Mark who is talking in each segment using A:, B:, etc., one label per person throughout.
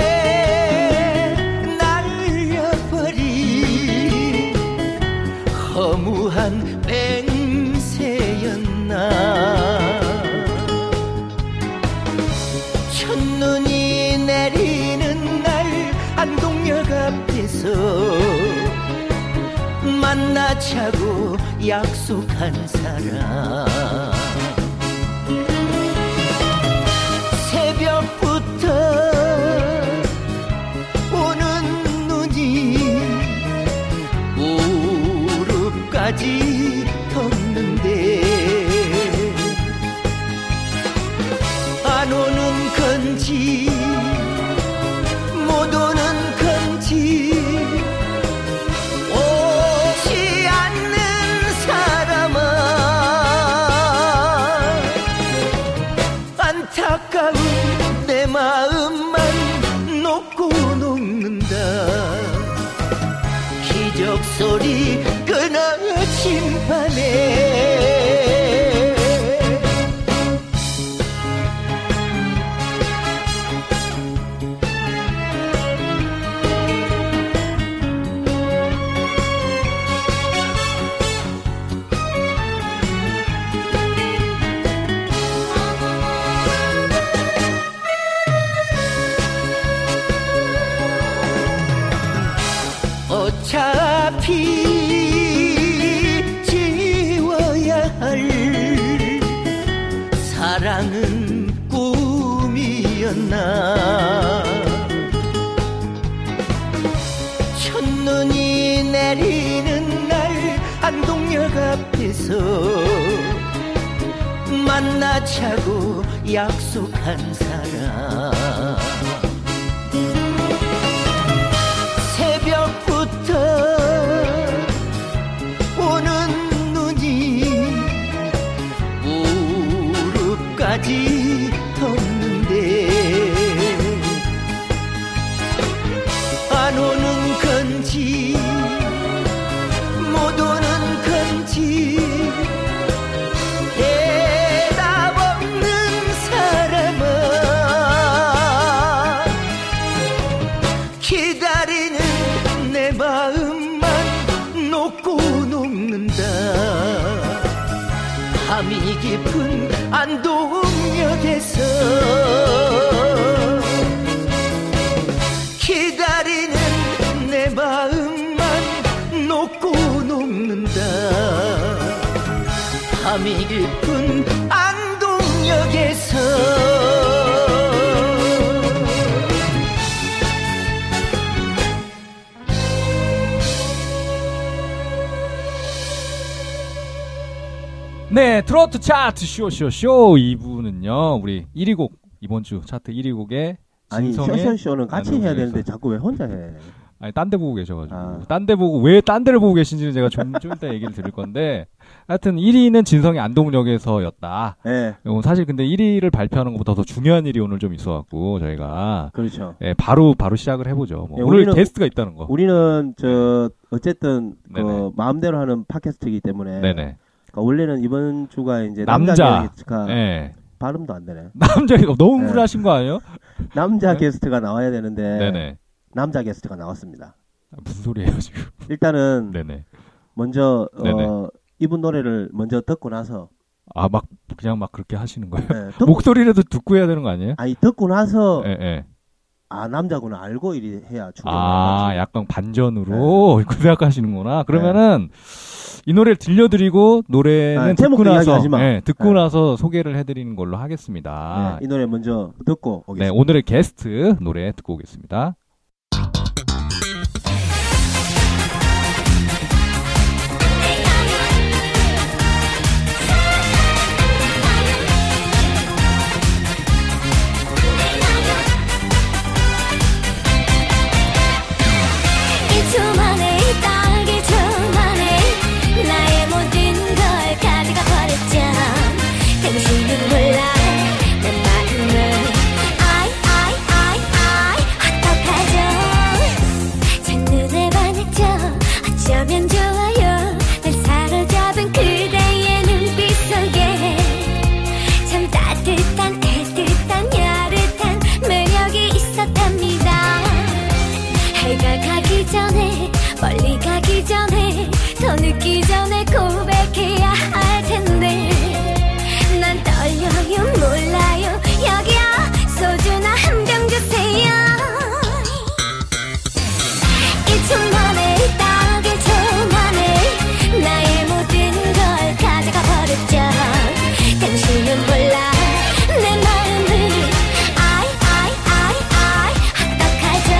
A: 바람에 날려버린 허무한 맹세였나 첫눈이 내리는 날 안동역 앞에서 만나자고 약속한 사람 새벽부터 오는 눈이 무릎까지 덮는데 안 오는 건지 못 오는 건지 오지 않는 사람아 안타까운 내 마음만 녹고 녹는다 기적 소리 끊어진 밤에 어차피 지워야 할 사랑은 꿈이었나 첫눈이 내리는 날 안동역 앞에서 만나자고 약속한 사람 새벽부터 오는 눈이 무릎까지 덮는데 안 오는 건지 못 오는 건지 대답 없는 사람은 기다리는 내 마음만 녹고 녹는다 밤이 깊은 안동역에서 기다리는 내 마음만 녹고 녹는다 밤이 깊은 안동역에서
B: 네, 트로트 차트 쇼쇼쇼 2부는요. 우리 1위 곡 이번 주 차트 1위 곡의
C: 아니
B: 진성의
C: 쇼쇼쇼는 같이 해야 되는데 자꾸 왜 혼자 해?
B: 아니 딴 데 보고 계셔가지고
C: 아.
B: 딴 데 보고 왜 딴 데를 보고 계신지는 제가 좀, 좀 이따 얘기를 드릴 건데 하여튼 1위는 진성의 안동역에서였다.
C: 예,
B: 어, 사실 근데 1위를 발표하는 것보다 더 중요한 일이 오늘 좀 있어갖고 저희가
C: 그렇죠.
B: 예, 바로 바로 시작을 해보죠. 뭐
C: 예,
B: 오늘
C: 우리는-
B: 게스트가 있다는 거.
C: 우리는 저 어쨌든
B: 어. 네네.
C: 그 마음대로 하는 팟캐스트이기 때문에
B: 네네.
C: 그러니까 원래는 이번 주가 이제
B: 남자.
C: 네, 남자 게스트가
B: 예.
C: 발음도 안 되네.
B: 남자가 너무
C: 네.
B: 우울하신 거 아니에요?
C: 남자
B: 네.
C: 게스트가 나와야 되는데
B: 네네.
C: 남자 게스트가 나왔습니다.
B: 아, 무슨 소리예요 지금?
C: 일단은
B: 네네.
C: 먼저
B: 네네.
C: 어, 이분 노래를 먼저 듣고 나서
B: 아 막 그냥 막 그렇게 하시는 거예요?
C: 예, 듣고,
B: 목소리라도 듣고 해야 되는 거 아니에요?
C: 아니 듣고 나서
B: 예, 예.
C: 아 남자구나 알고 네. 이리 해야 충격을
B: 아,
C: 받지.
B: 약간 반전으로 이렇게 생각하시는구나. 그러면은 이 노래를 들려드리고 노래는
C: 아,
B: 듣고
C: 제목도
B: 나서
C: 이야기하지 마.
B: 예, 듣고
C: 네.
B: 나서 소개를 해드리는 걸로 하겠습니다.
C: 네, 이 노래 먼저 듣고
B: 네,
C: 오겠습니다.
B: 오늘의 게스트 노래 듣고 오겠습니다.
D: 일초 만에 딱 일초 만에 나의 전에 멀리 가기 전에 더 늦기 전에 고백해야 할 텐데 난 떨려요 몰라요 여기요 소주나 한 병 주세요 1초 만에 딱 1초 만에 나의 모든 걸 가져가 버렸죠 당신은 몰라 내 마음을 아이 아이 아이 아이 합격하죠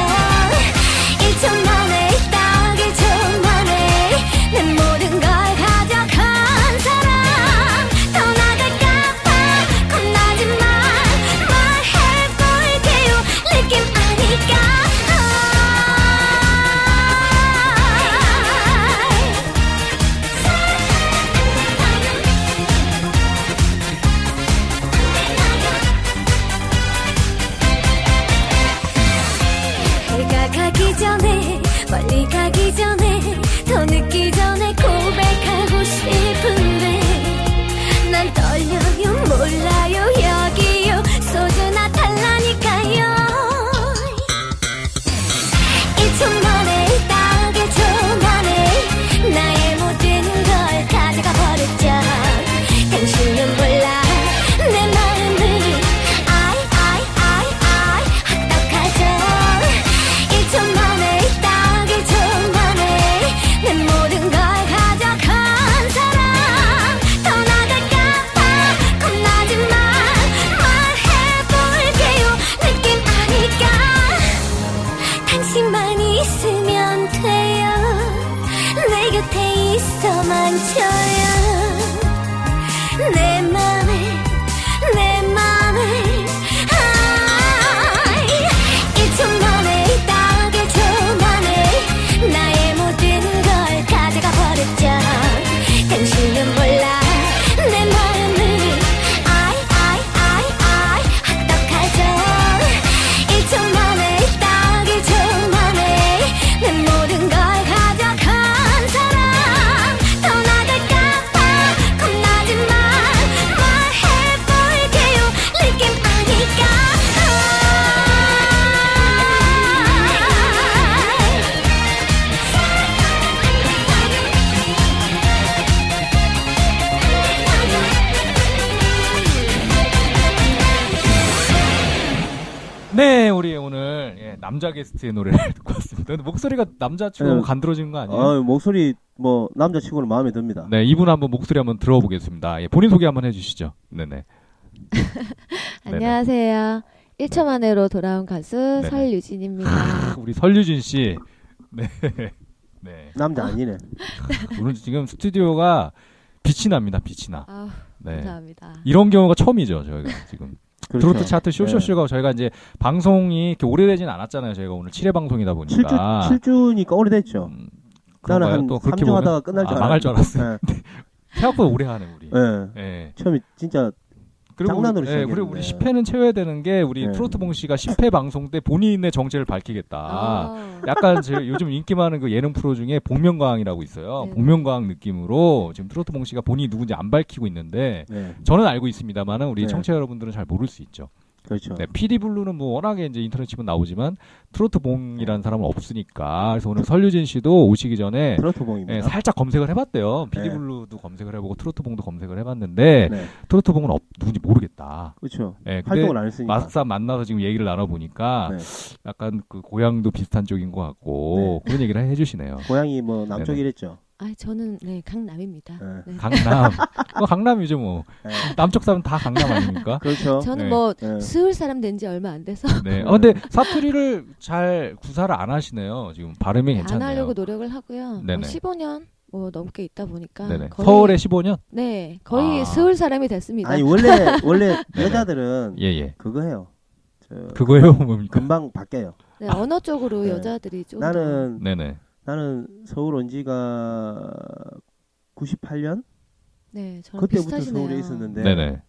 D: 1초 만에 딱 1초 만에 내 모든 걸 가져간 사람 떠나갈까봐 겁나지만 말해볼게요 느낌 아. 아니까 해가 가기 전에 멀리 가기 전에 더 늦기 전에 고백하고 싶은데 난 떨려요 몰라요 여기요 소주나 달라니까요 1초 만에 딱 1초 만에 나의 모든 걸 가져가 버렸죠 당신은 몰라 내 마음을 아이 아이 아이 아이 합격하죠 1초 만에 딱 1초 만에 내 모든 걸 가져간 사람 떠나갈까봐 겁나지만 말해볼게요 느낌 아니까 당신만이 있으면 돼요 내 곁에 있어만 줘요 내 맘에 내 맘에 아이 1초 만에 딱 1초 만에 나의 모든 걸 가져가 버렸죠 당신은 몰라 내 마음을 아이 아이 아이 아이 합격하죠 1초 만에 딱 1초 만에 내 모든 걸 가져간 사람 떠나갈까봐 겁나지만 말해볼게요 느낌 아니까
B: 네, 우리 오늘 예, 남자 게스트의 노래를 듣고 왔습니다. 근데 목소리가 남자치고
C: 네.
B: 너무 간드러지는 거 아니에요?
C: 아, 목소리 뭐 남자치고는 마음에 듭니다.
B: 네, 이분 한번 목소리 한번 들어보겠습니다. 예, 본인 소개 한번 해주시죠. 네네. 네네. 네.
E: 안녕하세요. 1초 만에로 돌아온 가수
B: 네네.
C: 아.
E: 설유진입니다.
B: 우리 설유진 씨. 네. 네.
C: 남자 아니네.
B: 오늘 지금 스튜디오가 빛이 납니다. 빛이 나.
E: 아우,
B: 네.
E: 감사합니다.
B: 이런 경우가 처음이죠. 저희가 지금
C: 그렇죠.
B: 트로트 차트 쇼쇼쇼가 저희가 이제 방송이 이렇게 오래되진 않았잖아요. 저희가 오늘 7회 방송이다
C: 칠주
B: 보니까.
C: 칠주니까 오래됐죠.
B: 아. 음,
C: 나는
B: 그런가요?
C: 한
B: 또 그렇게
C: 3주
B: 보면-
C: 하다가 끝날 줄
B: 아,
C: 알았어요.
B: 망할 줄 알았어요.
C: 예.
B: 생각보다 오래 하네 우리.
C: 예.
B: 예.
C: 처음에 진짜
B: 그리고
C: 장난으로
B: 우리, 예,
C: 시작했는데.
B: 그리고 우리 10회는 채워야 되는 게 우리
C: 네.
B: 트로트봉 씨가 10회 방송 때 본인의 정체를 밝히겠다.
E: 아,
B: 약간 제 요즘 인기 많은 그 예능 프로 중에 복면가왕이라고 있어요.
E: 네.
B: 복면가왕 느낌으로 지금 트로트봉 씨가 본인이 누군지 안 밝히고 있는데
C: 네.
B: 저는 알고 있습니다만은 우리
C: 네.
B: 청취자 여러분들은 잘 모를 수 있죠.
C: 그렇죠.
B: 네, 피디블루는 뭐 워낙에 이제 인터넷 치면 나오지만 트로트봉이라는 사람은 없으니까 그래서 오늘 설유진 씨도 오시기 전에
C: 트로트 봉입니다.
B: 예, 살짝 검색을 해봤대요. 피디블루도 검색을 해보고 트로트봉도 검색을 해봤는데
C: 네.
B: 트로트봉은 없, 누군지 모르겠다.
C: 그렇죠.
B: 예, 근데
C: 활동을 안 했으니까.
B: 막상 만나서 지금 얘기를 나눠보니까
C: 네.
B: 약간 그 고향도 비슷한 쪽인 것 같고 그런 얘기를 해주시네요.
C: 고향이 뭐 남쪽이랬죠.
E: 아, 저는 네 강남입니다.
C: 네.
E: 네.
B: 강남. 뭐 강남이죠 뭐.
C: 네.
B: 남쪽 사람 다 강남 아닙니까?
C: 그렇죠.
E: 저는
B: 네.
E: 뭐
C: 네.
E: 스울 사람 된 지 얼마 안 돼서
B: 네. 어, 근데 사투리를 잘 구사를 안 하시네요. 지금 발음이
E: 안
B: 괜찮네요.
E: 하려고 노력을 하고요.
B: 네네.
E: 어, 15년 뭐 넘게 있다 보니까
B: 네네.
E: 거의
B: 서울에 15년?
E: 네 거의
B: 아.
E: 스울 사람이 됐습니다.
C: 아니 원래 원래 여자들은
B: 네, 예, 예.
C: 그거 해요. 저
B: 그거예요, 뭡니까?
C: 금방 바뀌어요.
E: 네, 언어 쪽으로
C: 네.
E: 여자들이 좀
C: 나는
B: 네네.
C: 나는 서울 온 지가 98년
E: 네 저랑
C: 그때부터
E: 비슷하시네요.
C: 서울에 있었는데
B: 네. 네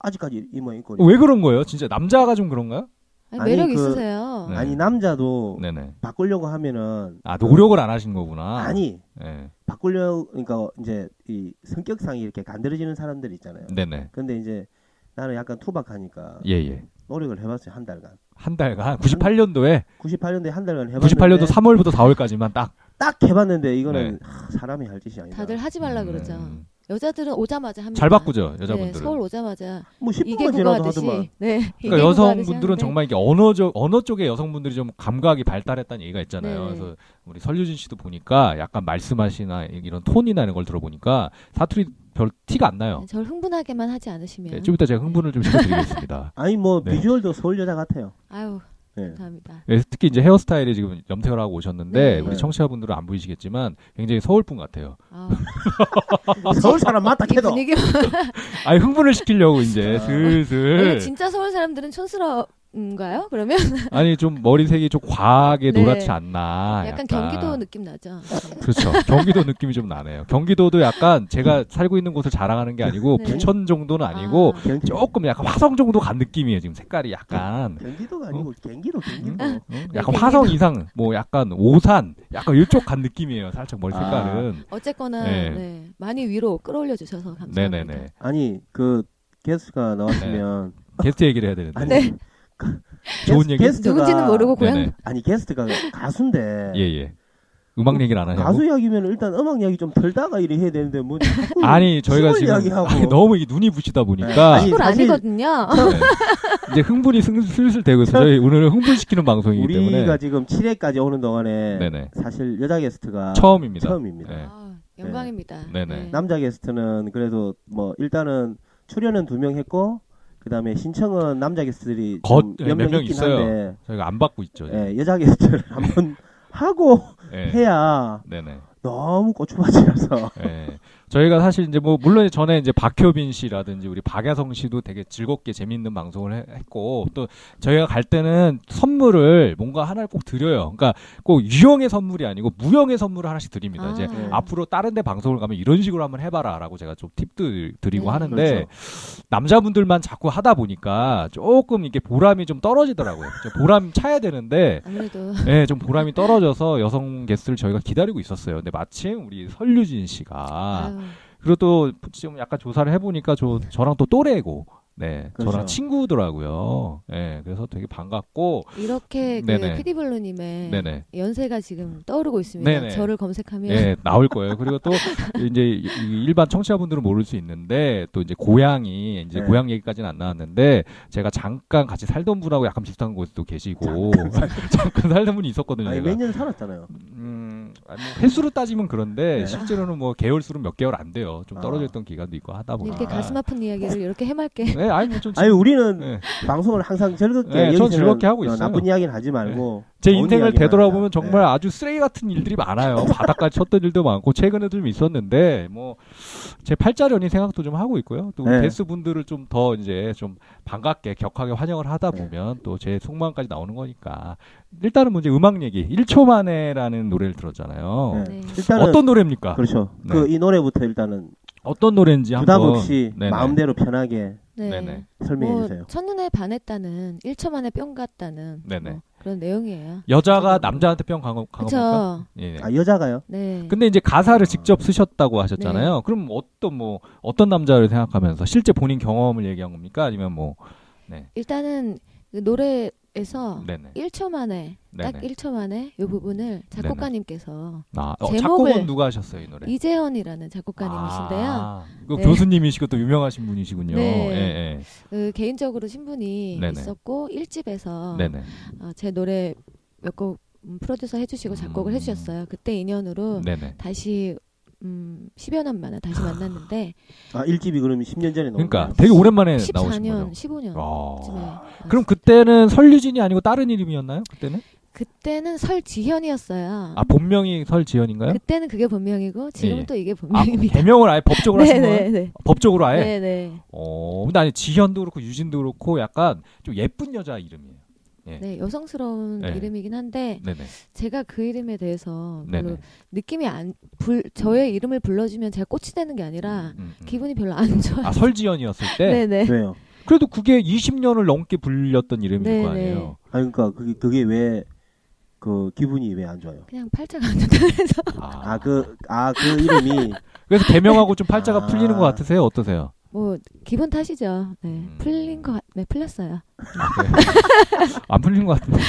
C: 아직까지 이모 인권이
B: 왜 그런 거예요? 진짜 남자가 좀 그런가요?
E: 아니,
C: 아니,
E: 매력
C: 그-
E: 있으세요.
B: 네.
C: 아니 남자도
B: 네네.
C: 바꾸려고 하면은
B: 아, 노력을 안 하신 거구나.
C: 아니
B: 네.
C: 바꾸려 그러니까 이제 이 성격상 이렇게 간드러지는 사람들 있잖아요.
B: 네네.
C: 근데 이제 나는 약간 투박하니까
B: 예, 예.
C: 노력을 해봤어요 한 달간.
B: 한 달간 98년도에
C: 98년도에 한 달간 해봤는데
B: 98년도 네. 3월부터 4월까지만 딱
C: 딱 해봤는데 이거는 하, 사람이 할 짓이 아니다.
E: 다들 하지 말라 그러죠.
B: 네. 음.
E: 여자들은 오자마자 합니다.
B: 잘 바꾸죠
E: 네,
B: 여자분들은.
E: 서울 오자마자
C: 뭐
E: 이게
C: 10분만 지나도 하더만
E: 구하듯이. 네.
B: 그러니까
E: 이게 구하듯이
B: 여성분들은
E: 하는데
B: 정말 이게 언어적 언어 쪽에 여성분들이 좀 감각이 발달했다는 얘기가 있잖아요.
E: 네.
B: 그래서 우리 설유진 씨도 보니까 약간 말씀하시나 이런 톤이나 이런 걸 들어보니까 사투리 별 티가 안 나요.
E: 절 네, 흥분하게만 하지 않으시면.
B: 네, 좀 이따 제가 흥분을 좀 시켜드리겠습니다.
C: 아니 뭐
B: 네.
C: 비주얼도 서울 여자 같아요.
E: 아유
C: 예.
E: 감사합니다.
B: 네, 특히 이제 헤어스타일이 지금 염색을 하고 오셨는데
E: 네.
B: 우리
C: 네.
B: 청취자분들은 안 보이시겠지만 굉장히 서울분 같아요.
E: 아,
C: 서울 사람 맞다
E: 이
C: 캐도
E: 분위기
B: 아 흥분을 시키려고 이제
C: 아.
E: 원래
B: 슬슬
E: 진짜 서울 사람들은 촌스러운가요? 그러면
B: 아니 좀 머리색이 좀 과하게
E: 네.
B: 노랗지 않나.
E: 약간 경기도 느낌 나죠.
B: 그렇죠. 경기도 느낌이 좀 나네요. 경기도도 약간
C: 음.
B: 제가 살고 있는 곳을 자랑하는 게 아니고
E: 네.
B: 부천 정도는 아니고
E: 아,
C: 경기-
B: 조금 약간 화성 정도 간 느낌이에요. 지금 색깔이
C: 네.
B: 약간
C: 경기도가
B: 어?
C: 아니고 경기도 경기도.
B: 음? 어?
C: 네,
B: 약간
E: 경기도.
B: 화성 이상 뭐 약간 오산 약간 이쪽 간 느낌이에요. 살짝 머리
C: 아,
B: 색깔은
E: 어쨌거나
B: 네.
E: 네, 많이 위로 끌어올려 주셔서 감사합니다.
B: 네네네.
C: 아니 그 게스트가
B: 네.
C: 나왔으면
B: 게스트 얘기를 해야 되는데
C: 아니
E: 네.
C: 그
B: 좋은
C: 게스-
B: 얘기?
C: 게스트가-
E: 누군지는 모르고
B: 네네.
E: 고향
C: 아니 게스트가 가수인데
B: 예예. 음악 얘기를 안 하냐고.
C: 가수 이야기면 일단 음악 이야기 좀 덜다가 이래 해야 되는데 뭐 자꾸
B: 아니 저희가
C: 시골
B: 지금
C: 이야기하고
B: 아니, 너무 이게 눈이 부시다 보니까
C: 네.
E: 술
C: 사실-
E: 아니거든요.
B: 네. 이제 흥분이 슬- 슬슬 되고 있어요. 저희 오늘은 흥분시키는 방송이기
C: 우리가
B: 때문에
C: 지금 7회까지 오는 동안에
B: 네네.
C: 사실 여자 게스트가
B: 처음입니다.
C: 처음입니다.
B: 네.
E: 아, 영광입니다.
B: 네네.
E: 네.
C: 남자 게스트는 그래도 뭐 일단은 출연은 두 명 했고 그다음에 신청은 남자 게스트들이
B: 거-
C: 좀
B: 네,
C: 몇
B: 몇
C: 명
B: 명
C: 있긴
B: 있어요. 네.
C: 한데
B: 저희가 안 받고 있죠.
C: 예, 여자 게스트를 한번 하고
B: 예.
C: 해야
B: 네네.
C: 너무 고추밭이라서
B: 예. 저희가 사실 이제 뭐 물론 전에 이제 박효빈 씨라든지 우리 박야성 씨도 되게 즐겁게 재밌는 방송을 해- 했고 또 저희가 갈 때는 선물을 뭔가 하나를 꼭 드려요. 그러니까 꼭 유형의 선물이 아니고 무형의 선물을 하나씩 드립니다.
E: 아.
B: 이제
C: 네.
B: 앞으로 다른 데 방송을 가면 이런 식으로 한번 해봐라라고 제가 좀 팁들 드리고
E: 네.
B: 하는데
C: 그렇죠.
B: 남자분들만 자꾸 하다 보니까 조금 이게 보람이 좀 떨어지더라고요. 좀 보람 차야 되는데
E: 아무래도
B: 네, 좀 보람이 떨어져서 여성 게스트를 저희가 기다리고 있었어요. 근데 마침 우리 설유진 씨가
E: 아유,
B: 그리고 또 지금 약간 조사를 해보니까 저 저랑 또 또래고, 네,
C: 그렇죠.
B: 저랑 친구더라고요. 네, 그래서 되게 반갑고,
E: 이렇게
B: 네네.
E: 그 피디블루님의
B: 네, 네.
E: 연세가 지금 떠오르고 있습니다.
B: 네네.
E: 저를 검색하면
B: 예, 나올 거예요. 그리고 또 이제 이- 이 일반 청취자분들은 모를 수 있는데 또 이제 고향이 이제
C: 네.
B: 고향 얘기까지는 안 나왔는데 제가 잠깐 같이 살던 분하고 약간 비슷한 곳도 계시고 잠깐 살던 분이 있었거든요.
C: 아니
B: 제가.
C: 몇년 살았잖아요.
B: 음, 아니, 뭐 횟수로 따지면 그런데
C: 네.
B: 실제로는 뭐 개월 수는 몇 개월 안 돼요. 좀
C: 아.
B: 떨어져 있던 기간도 있고 하다 보니까.
E: 이렇게 가슴 아픈 이야기를 이렇게 해맑게
B: 네, 아니 뭐좀
C: 아니 우리는
B: 네.
C: 방송을 항상 즐겁게
B: 네,
C: 여기서는
B: 전 즐겁게 하고
C: 어,
B: 있어요. 네.
C: 나쁜 이야기는 하지 말고
B: 제
C: 좋은
B: 인생을
C: 이야기만
B: 되돌아보면
C: 하자.
B: 정말 아주 쓰레기 같은 일들이 많아요. 바닥까지 쳤던 일도 많고 최근에 좀 있었는데 뭐 제 팔자련이 생각도 좀 하고 있고요. 또 우리
C: 네.
B: 게스트 분들을 좀 더 이제 좀 반갑게 격하게 환영을 하다
C: 네.
B: 보면 또 제 속마음까지 나오는 거니까 일단은 문제 음악 얘기 1초 만에라는 노래를 들었잖아요.
C: 네.
E: 네.
C: 일단은
B: 어떤 노래입니까?
C: 그렇죠.
B: 네.
C: 그 이 노래부터 일단은
B: 어떤 노래인지
C: 부담
B: 한번
C: 없이
B: 네네.
C: 마음대로 편하게
E: 네.
B: 네네.
C: 설명해
E: 뭐
C: 주세요.
E: 첫눈에 반했다는 1초 만에 뿅 갔다는
B: 네네.
E: 뭐 그런 내용이에요.
B: 여자가 남자한테 병 강한
E: 그
B: 건가?
E: 쵸
B: 예. 예.
C: 아 여자가요?
E: 네.
B: 근데 이제 가사를 직접 쓰셨다고 하셨잖아요. 그럼 어떤 뭐 어떤 남자를 생각하면서 실제 본인 경험을 얘기한 겁니까? 아니면 뭐
E: 일단은 그 노래에서
B: 네네.
E: 1초 만에 딱
B: 네네.
E: 1초 만에 이 부분을 작곡가님께서
B: 아, 어,
E: 제목을-
B: 작곡은 누가 하셨어요 이 노래?
E: 이재현이라는 작곡가님이신데요.
B: 네. 아, 이거
E: 네.
B: 교수님이시고 또 유명하신 분이시군요.
E: 네.
B: 예,
E: 그 개인적으로 신분이
B: 네네.
E: 있었고
B: 예.
E: 1집에서 어,
B: 네네.
E: 제 노래 몇 곡 음, 프로듀서 해주시고 작곡을
B: 음.
E: 해주셨어요. 그때 인연으로
B: 네네.
E: 다시 음, 10여 년 만에 다시 만났는데
C: 아 일집이 그러면 10년 전에 나온
B: 그러니까
C: 거예요?
B: 되게 오랜만에 네, 나오신
E: 14년, 아. 네.
B: 거죠. 아.
E: 15년쯤에
B: 그럼 그때는 설유진이 아니고 다른 이름이었나요? 그때는?
E: 음. 그때는 설지현이었어요.
B: 아 본명이 설지연인가요?
E: 그때는 그게 본명이고 지금은
B: 예.
E: 또 이게
B: 아
E: 본명입니다.
B: 개명을 아예 법적으로 하신 거예요?
E: 네네네.
B: 법적으로 아예?
E: 네네.
B: 어, 근데 아니 지현도 그렇고 유진도 그렇고 약간 좀 예쁜 여자 이름이에요.
E: 네, 여성스러운
B: 네.
E: 이름이긴 한데
B: 네네.
E: 제가 그 이름에 대해서 별로
B: 네네.
E: 느낌이 안 불, 저의 이름을 불러주면 제가 꽃이 되는 게 아니라
B: 음, 음.
E: 기분이 별로 안 좋아요.
B: 아 설지연이었을 때
E: 네네.
C: 왜요?
B: 그래도 그게 20년을 넘게 불렸던 이름일
E: 네네.
B: 거 아니에요.
C: 아 그러니까 그게 그게 왜 그 기분이 왜 안 좋아요?
E: 그냥 팔자가 안 좋다 그래서
B: 아,
C: 아 그 아 그 이름이
B: 그래서 개명하고 좀 팔자가
C: 아.
B: 풀리는 것 같으세요? 어떠세요?
E: 뭐 기분 탓이죠. 네,
B: 음.
E: 풀린 거, 같- 네, 풀렸어요.
B: 아, 네. 안 풀린 것 같은데.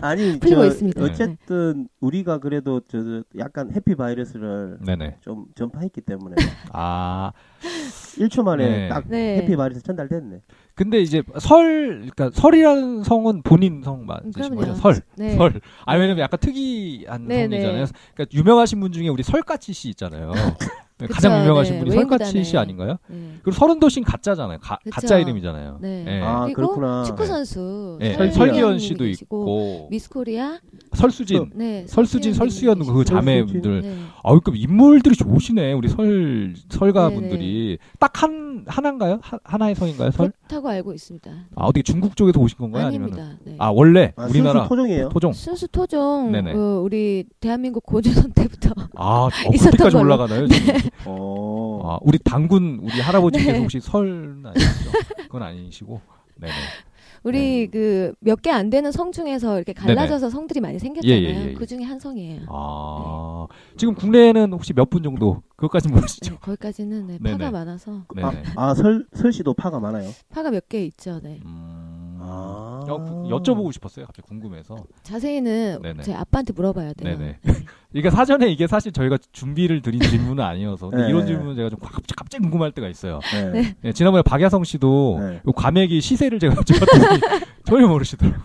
C: 아니
E: 풀리고
C: 저
E: 있습니다. 네.
C: 어쨌든 우리가 그래도 저- 저 약간 해피 바이러스를
B: 네네.
C: 좀 전파했기 때문에
B: 아
C: 1초 만에
B: 네.
C: 딱
E: 네.
C: 해피 바이러스 전달됐네.
B: 근데 이제 설 그러니까 설이라는 성은 본인 성 맞으신
E: 그럼요.
B: 거죠? 설.
E: 네.
B: 설. 아 왜냐면 약간 특이한
E: 네,
B: 성이잖아요.
E: 네.
B: 그러니까 유명하신 분 중에 우리 설까치 씨 있잖아요. 가장
E: 그쵸,
B: 유명하신
E: 네.
B: 분이 설까치
E: 외인구단에.
B: 씨 아닌가요?
E: 네.
B: 그리고 서른도신 가짜잖아요. 가,
E: 그쵸.
B: 가짜 이름이잖아요.
E: 네.
B: 예.
C: 아
E: 그리고
C: 그렇구나.
E: 축구 선수
B: 예,
E: 설기현
B: 설기현
E: 님이
B: 씨도
E: 계시고,
B: 있고
E: 미스코리아
B: 설수진,
E: 네
B: 설수진, 설수연 그 자매분들.
E: 네.
B: 아우 그 인물들이 좋으시네. 우리 설 설가분들이 딱 한 하나인가요? 하, 하나의 성인가요? 설?
E: 네, 그렇다고 알고 있습니다.
B: 아 어떻게 중국 쪽에서 오신 건가요? 아니면
E: 아닙니다. 네.
B: 아 원래
C: 아,
B: 우리나라
C: 순수 토종이에요.
B: 토종.
E: 순수 토종
B: 네네.
E: 그 우리 대한민국 고조선 때부터
B: 아, 어,
E: 있었던
B: 그때까지
E: 걸로. 네.
B: 올라가나요? 지금?
C: 어.
B: 아, 우리 당군 우리 할아버지께서 혹시 설 아니시죠? 그건 아니시고. 네네. 네.
E: 우리 그 몇 개 안 되는 성 중에서 이렇게 갈라져서 성들이 많이 생겼잖아요.
B: 예, 예, 예.
E: 그 중에 한 성이에요.
B: 아, 지금 국내에는 혹시 몇 분 정도? 그것까지
E: 네,
B: 모르시죠?
E: 거기까지는 네,
B: 네네.
E: 파가 많아서
B: 네네.
C: 아, 설, 설 씨도 파가 많아요.
E: 파가 몇 개 있죠. 네.
B: 음.
C: 아.
B: 여, 여쭤보고 싶었어요. 갑자기 궁금해서.
E: 자세히는
B: 네네.
E: 제 아빠한테 물어봐야 돼요.
B: 네네. 그러니까 사전에 이게 사실 저희가 준비를 드린 질문은 아니어서 근데
C: 네.
B: 이런 질문은 제가 좀 갑자기, 갑자기 궁금할 때가 있어요.
C: 네.
B: 예, 지난번에 박야성 씨도
C: 네.
B: 요 과메기 시세를 제가 여쭤봤더니 전혀 모르시더라고요.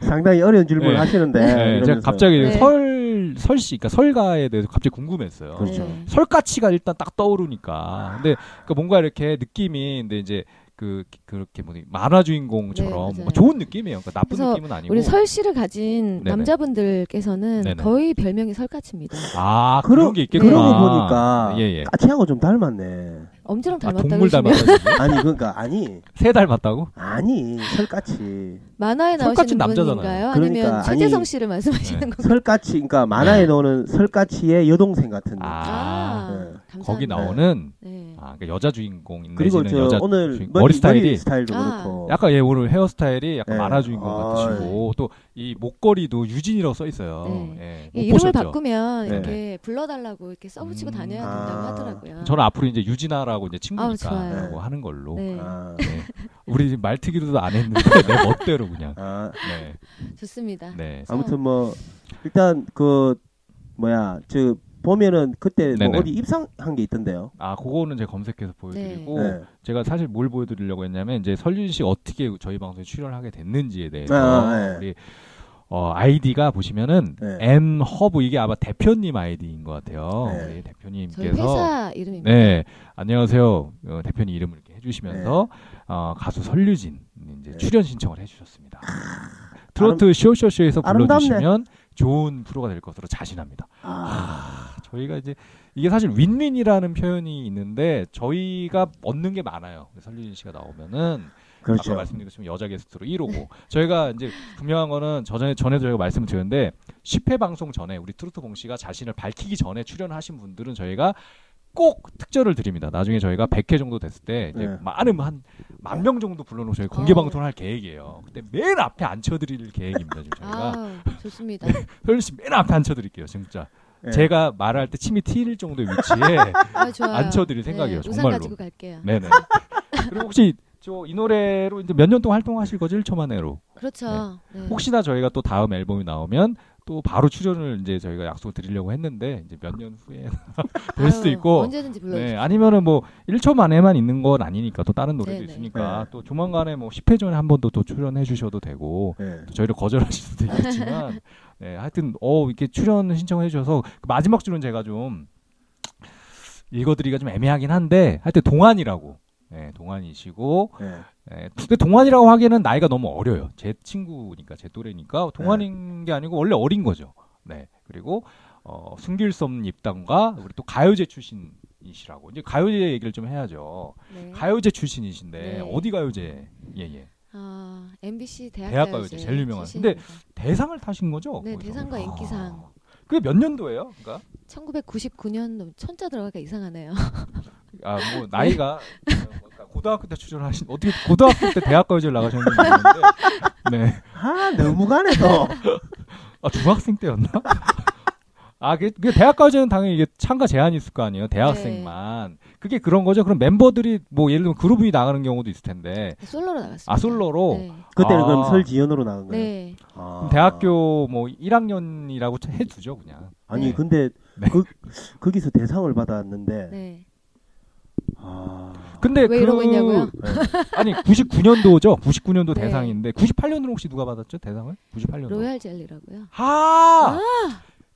C: 상당히 어려운 질문을
B: 네.
C: 하시는데.
B: 네, 제가
C: 이러면서.
B: 갑자기
E: 네.
B: 설, 설씨, 그러니까 설가에 대해서 갑자기 궁금했어요.
C: 그렇죠.
E: 네.
B: 설가치가 일단 딱 떠오르니까. 근데 그러니까 뭔가 이렇게 느낌이, 근데 이제 그, 그렇게 뭐 만화
E: 네,
B: 주인공처럼
E: 맞아요.
B: 뭔가 좋은 느낌이에요. 그러니까 나쁜
E: 그래서
B: 느낌은 아니고.
E: 우리 설씨를 가진
B: 네네.
E: 남자분들께서는
B: 네네.
E: 거의 별명이 설까치입니다.
B: 아,
C: 그러-
B: 그런 게 있겠구나.
C: 그러고 보니까
B: 예, 예.
C: 까치하고 좀 닮았네.
E: 엄지랑
B: 아,
E: 닮았다고
B: 동물
E: 하시면
B: 닮았다고.
C: 아니 그러니까 아니
B: 새 닮았다고?
C: 아니 설까치
E: 만화에
B: 설까치는
E: 나오시는
B: 남자잖아요.
E: 분인가요?
C: 그러니까,
E: 아니면
C: 아니-
E: 최재성 씨를 말씀하시는
B: 네.
E: 건가요?
C: 설까치 그러니까 만화에 나오는 설까치의 여동생 같은.
B: 아,
E: 아,
C: 네.
E: 감사합니다.
B: 거기 나오는
E: 네.
B: 아, 그러니까 여자 주인공
C: 그리고
B: 내지는
C: 저
B: 네, 여자
C: 오늘
B: 주인공.
C: 머리,
B: 머리 스타일이
C: 스타일도
E: 아.
C: 그렇고.
B: 약간 얘 오늘 헤어스타일이 약간
C: 네.
B: 만화 주인공
C: 아,
B: 같으시고 또 이 목걸이도 유진이라고 써 있어요. 예, 못
E: 네. 이 이름을
B: 보셨죠?
E: 바꾸면
B: 네네.
E: 이렇게 불러달라고 이렇게
B: 음.
E: 써붙이고 다녀야 된다고
C: 아.
E: 하더라고요.
B: 저는 앞으로 이제 유진아라고 이제
E: 아우, 좋아요.
B: 친구니까라고 하는 걸로.
E: 네,
C: 아,
B: 네. 우리 지금 말트기로도 안 했는데 내 멋대로 그냥.
C: 아,
B: 네.
E: 좋습니다.
B: 네.
C: 아무튼 뭐 일단 그 뭐야 저 보면은 그때 뭐
B: 네네.
C: 어디 입상한 게 있던데요.
B: 아, 그거는 제가 검색해서 보여드리고
C: 네.
B: 제가 사실 뭘 보여드리려고 했냐면 이제 설윤 씨 어떻게 저희 방송에 출연하게 됐는지에 대해서
C: 아, 네.
B: 우리 어, 아이디가 보시면은
C: 네.
B: M 허브 이게 아마 대표님 아이디인 것 같아요.
C: 네.
B: 우리
E: 저희
B: 대표님께서
E: 회사 이름입니다.
B: 네, 안녕하세요. 어, 대표님 이름을 이렇게 해주시면서 어, 가수 설유진 이제
C: 네. 아,
B: 출연 신청을 해주셨습니다. 트로트 쇼쇼쇼에서
C: 아름답네.
B: 불러주시면 좋은 프로가 될 것으로 자신합니다.
C: 아,
B: 저희가 이제 이게 사실 윈윈이라는 표현이 있는데 저희가 얻는 게 많아요. 설유진 씨가 나오면은 아까
C: 그렇죠.
B: 말씀드린 것처럼 여자 게스트로 1호고 저희가 이제 분명한 거는 저전에 전에도 저희가 말씀을 드렸는데 10회 방송 전에 우리 트로트 봉 씨가 자신을 밝히기 전에 출연하신 분들은 저희가 꼭 특절을 드립니다. 나중에 저희가 100회 정도 됐을 때 이제
C: 네.
B: 많은 한 만 명 정도 불러놓고 저희 공개
E: 어.
B: 방송을 할 계획이에요. 그때 맨 앞에 앉혀드릴 계획입니다. 지금 저희가
E: 아, 좋습니다.
B: 효연 씨맨 앞에 앉혀드릴게요. 진짜
C: 예.
B: 제가 말할 때 침이 튈 정도의 위치에
E: 아, 좋아요.
B: 앉혀드릴 생각이에요,
E: 네, 우산
B: 정말로.
E: 가지고 갈게요.
B: 네네. 그리고 혹시 저 이 노래로 이제 몇 년 동안 활동하실 거죠? 1초 만에로.
E: 그렇죠. 네.
B: 음. 혹시나 저희가 또 다음 앨범이 나오면 또 바로 출연을 이제 저희가 약속을 드리려고 했는데 이제 몇 년 후에 될 수도
E: 아유,
B: 있고
E: 언제든지 불러주세요.
B: 네, 아니면은 뭐 1초 만에만 있는 건 아니니까 또 다른 노래도
E: 네네.
B: 있으니까
C: 네.
B: 또 조만간에 뭐 10회 전에 한 번 더 또 출연해 주셔도 되고
C: 예.
B: 또 저희를 거절하실 수도 있겠지만 네, 하여튼 어 이렇게 출연 신청해 주셔서 그 마지막 줄은 제가 좀 읽어드리기가 좀 애매하긴 한데 하여튼 동안이라고 네, 동안이시고
C: 예.
B: 예, 근데 동안이라고 하기에는 나이가 너무 어려요. 제 친구니까 제 또래니까 동안인
E: 네.
B: 게 아니고 원래 어린 거죠. 네 그리고 어, 숨길 수 없는 입담과 우리 또 가요제 출신이시라고 이제 가요제 얘기를 좀 해야죠.
E: 네.
B: 가요제 출신이신데
E: 네.
B: 어디 가요제? 예예
E: 아, MBC 대학
B: 대학 가요제
E: 가요제
B: 제일 유명한.
E: 출신입니다.
B: 대상을 타신 거죠?
E: 네,
B: 거기서?
E: 대상과
B: 아.
E: 인기상.
B: 그게 몇 년도예요? 그러니까
E: 1999년 천자 들어가니까 이상하네요.
B: 아
E: 네.
B: 뭐 나이가 어, 그러니까 고등학교 때 출연하신 어떻게 고등학교 때 대학 가요제를 나가셨는지 모르겠는데 네.
C: 아 너무 가네 또.
B: 아 중학생 때였나? 아, 그게, 그게 대학까지는 당연히 이게 참가 제한이 있을 거 아니에요. 대학생만.
E: 네.
B: 그게 그런 거죠. 그럼 멤버들이 뭐 예를 들면 그룹이 나가는 경우도 있을 텐데.
E: 솔로로 나갔어요.
B: 아, 솔로로?
E: 네.
C: 그때는
B: 아.
C: 그럼 설지연으로 나간 거예요.
E: 네.
C: 아.
B: 그럼 대학교 뭐 1학년이라고 해주죠, 그냥.
C: 아니
B: 네.
C: 근데
B: 네.
C: 그 거기서 대상을 받았는데
E: 네.
C: 아.
B: 근데 네.
E: 왜 이러고 있냐고요?
B: 아니 99년도죠. 99년도
E: 네.
B: 대상인데 98년으로 혹시 누가 받았죠? 대상을? 98년도.
E: 로얄 젤리라고요.
B: 아!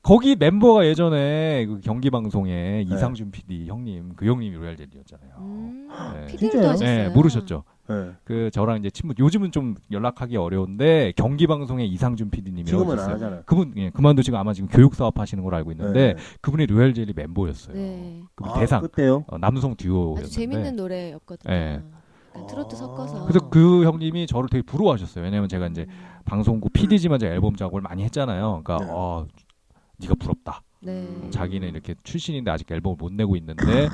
B: 거기 멤버가 예전에 그 경기 방송에
C: 네.
B: 이상준 PD 형님, 그 형님이 로얄 젤리였잖아요.
E: 음.
B: 네.
E: 피디를
C: 진짜요?
E: 도
B: 네,
E: 하셨어요.
B: 모르셨죠?
C: 네.
B: 그 저랑 이제 친분 요즘은 좀 연락하기 어려운데 경기 방송에 이상준 PD님이라고
C: 지금은 안
B: 있어요.
C: 하잖아요.
B: 그분 예, 그만두 지금 아마 지금 교육 사업 하시는 걸로 알고 있는데
C: 네.
B: 그분이 로얄 젤리 멤버였어요.
E: 네.
B: 그분
C: 아,
B: 대상
C: 그때요.
B: 어, 남성 듀오였는데
E: 아주 재밌는 노래였거든요.
B: 네.
E: 약간 트로트
C: 아.
E: 섞어서.
B: 그래서 그 형님이 저를 되게 부러워하셨어요. 왜냐면 제가 이제
E: 음.
B: 방송국 PD지만 제가 앨범 작업을 많이 했잖아요. 그러니까
C: 네.
B: 어, 네가 부럽다.
E: 네.
B: 자기는 이렇게 출신인데 아직 앨범을 못 내고 있는데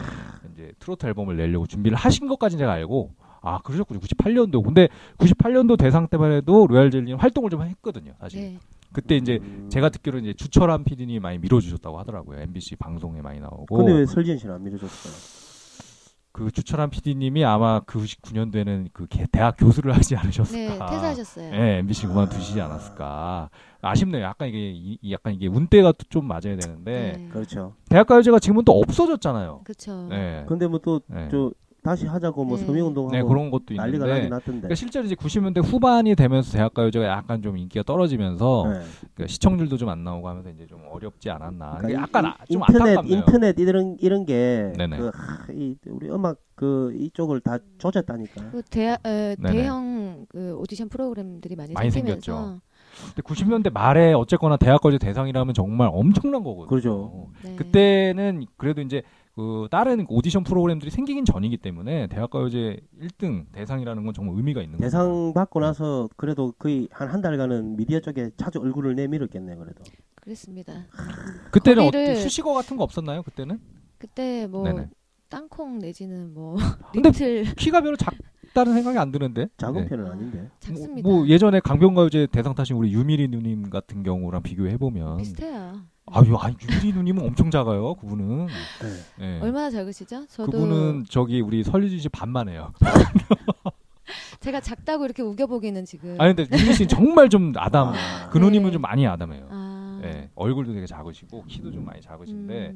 B: 이제 트로트 앨범을 내려고 준비를 하신 것까지 제가 알고 아 그러셨군요. 98년도. 근데 98년도 대상 때만 해도 로얄 젤리는 활동을 좀 했거든요. 사실
E: 네.
B: 그때 이제
C: 음.
B: 제가 듣기로 이제 주철한 PD님이 많이 밀어주셨다고 하더라고요. MBC 방송에 많이 나오고.
C: 근데 왜 설지연 씨는 안 밀어줬어요?
B: 그 주철한 PD님이 아마 그 99년도에는 그 개- 대학 교수를 하지
E: 네,
B: 않으셨을까.
E: 퇴사하셨어요.
B: 예, MBC 그만두시지 않았을까. 아쉽네요. 약간 이게 이- 이- 약간 이게 운때가 좀 맞아야 되는데
C: 그렇죠.
B: 대학가요제가 지금은 또 없어졌잖아요.
E: 네. 그렇죠.
B: 예.
C: 근데 뭐 또
B: 예.
C: 저 다시 하자고 뭐
E: 네.
C: 서명 운동하고
B: 네, 그런 것도 있는데.
C: 난리가 나긴 났던데.
B: 그러니까 실제로 이제 90년대 후반이 되면서 대학가요제가 약간 좀 인기가 떨어지면서
C: 네.
B: 그러니까 시청률도 좀 안 나오고 하면서 이제 좀 어렵지 않았나.
C: 그러니까
B: 약간
C: 이-
B: 아- 좀
C: 인터넷
B: 안타깝네요.
C: 인터넷 이런 이런 게
B: 네네.
C: 그, 하, 이, 우리 음악 그 이쪽을 다 조졌다니까.
E: 그 대, 에,
B: 네네.
E: 대형 그 오디션 프로그램들이 많이,
B: 많이
E: 생기면서
B: 근데 90년대 말에 어쨌거나 대학가요제 대상이라면 정말 엄청난 거거든요. 어,
C: 그렇죠.
E: 네.
B: 그때는 그래도 이제 그 다른 오디션 프로그램들이 생기긴 전이기 때문에 대학가요제 1등 대상이라는 건 정말 의미가 있는 거죠.
C: 대상 받고 나서 그래도 거의 한 한 달간은 미디어 쪽에 자주 얼굴을 내밀었겠네 그래도.
E: 그랬습니다.
B: 그때는
E: 거기를-
B: 어때 수식어 같은 거 없었나요? 그때는
E: 그때 뭐
B: 네네.
E: 땅콩 내지는 뭐
B: 근데-
E: 리틀
B: 키가 별로 작다는 생각이 안 드는데.
C: 작은
B: 네.
C: 편은 아닌데.
E: 작습니다.
B: 뭐, 뭐 예전에 강변가요제 대상 타신 우리 유미리 누님 같은 경우랑 비교해 보면
E: 비슷해요.
B: 아유, 아 유미리 누님은 엄청 작아요. 그분은
C: 네.
B: 예.
E: 얼마나 작으시죠? 저도
B: 그분은 저기 우리 설리진 씨 반만 해요.
E: 제가 작다고 이렇게 우겨보기는 지금
B: 아니 근데 유미리 씨는 정말 좀 아담.
C: 아,
B: 그 누님은
E: 네.
B: 좀 많이 아담해요.
E: 아,
B: 예, 얼굴도 되게 작으시고 키도 좀 많이
E: 음,
B: 작으신데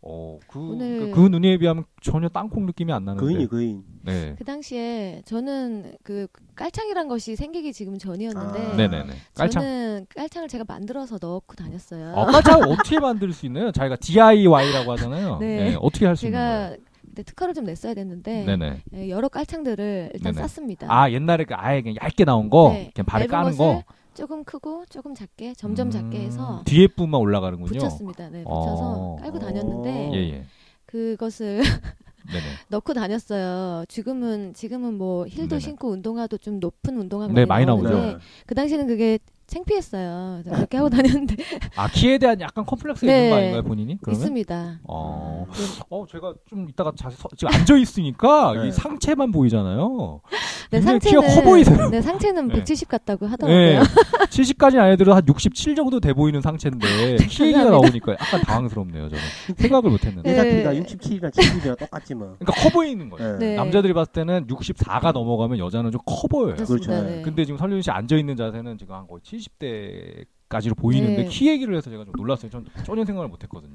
B: 어, 그,
E: 오늘-
B: 그러니까 그 눈에 비하면 전혀 땅콩 느낌이 안 나는데.
C: 거인이 거인.
B: 네.
E: 그 당시에 저는 그 깔창이란 것이 생기기 지금 전이었는데
C: 아. 네네.
B: 네네네. 깔창.
E: 저는 깔창을 제가 만들어서 넣고 다녔어요.
B: 아, 깔창 어떻게 만들 수 있나요? 자기가 DIY라고 하잖아요.
E: 네.
B: 네, 어떻게 할 수 있는 거예요?
E: 제가 그때 특허를 좀 냈어야 됐는데
B: 네네.
E: 예, 여러 깔창들을 일단
B: 네네.
E: 샀습니다.
B: 아, 옛날에 그 아예 그냥 얇게 나온 거,
E: 네.
B: 그냥 발에
E: 얇은
B: 까는
E: 것을
B: 거.
E: 조금 크고 조금 작게 점점 작게
B: 음,
E: 해서
B: 뒤에 뿐만 올라가는군요.
E: 붙였습니다. 네, 붙여서
B: 어.
E: 깔고 다녔는데
C: 어.
B: 예, 예.
E: 그것을
B: 네네.
E: 넣고 다녔어요. 지금은 지금은 뭐 힐도
B: 네네.
E: 신고 운동화도 좀 높은 운동화
B: 네, 많이 나오죠.
E: 나오는데 그 당시에는 그게 창피했어요. 그래서 그렇게 하고 다녔는데
B: 아, 키에 대한 약간 컴플렉스가 있는
E: 네.
B: 거 아닌가요, 본인이? 그러면?
E: 있습니다.
B: 어.
E: 네.
B: 어, 제가 좀 이따가 자세 서- 지금 앉아 있으니까
C: 네.
B: 이 상체만 보이잖아요.
E: 내
B: 굉장히
E: 네, 상체는
B: 키가 커 보이세요.
E: 내 상체는
B: 네.
E: 170 같다고
B: 네.
E: 하더라고요.
B: 70까지는 아니더라도 한 67 정도 돼 보이는 상체인데 키 얘기가 나오니까 약간 당황스럽네요, 저는. 생각을 못 했는데.
E: 네.
C: 여자 키가 67이나 70이랑 똑같지 뭐.
B: 그러니까 커 보이는 거예요.
C: 네.
E: 네.
B: 남자들이 봤을 때는 64가 넘어가면 여자는 좀 커 보여요.
E: 그렇습니다.
C: 그렇죠.
E: 네.
B: 근데 지금 설윤 씨 앉아 있는 자세는 지금 한 거의 70대 까지로 보이는데
E: 네.
B: 키 얘기를 해서 제가 좀 놀랐어요. 전 전혀 생각을 못 했거든요.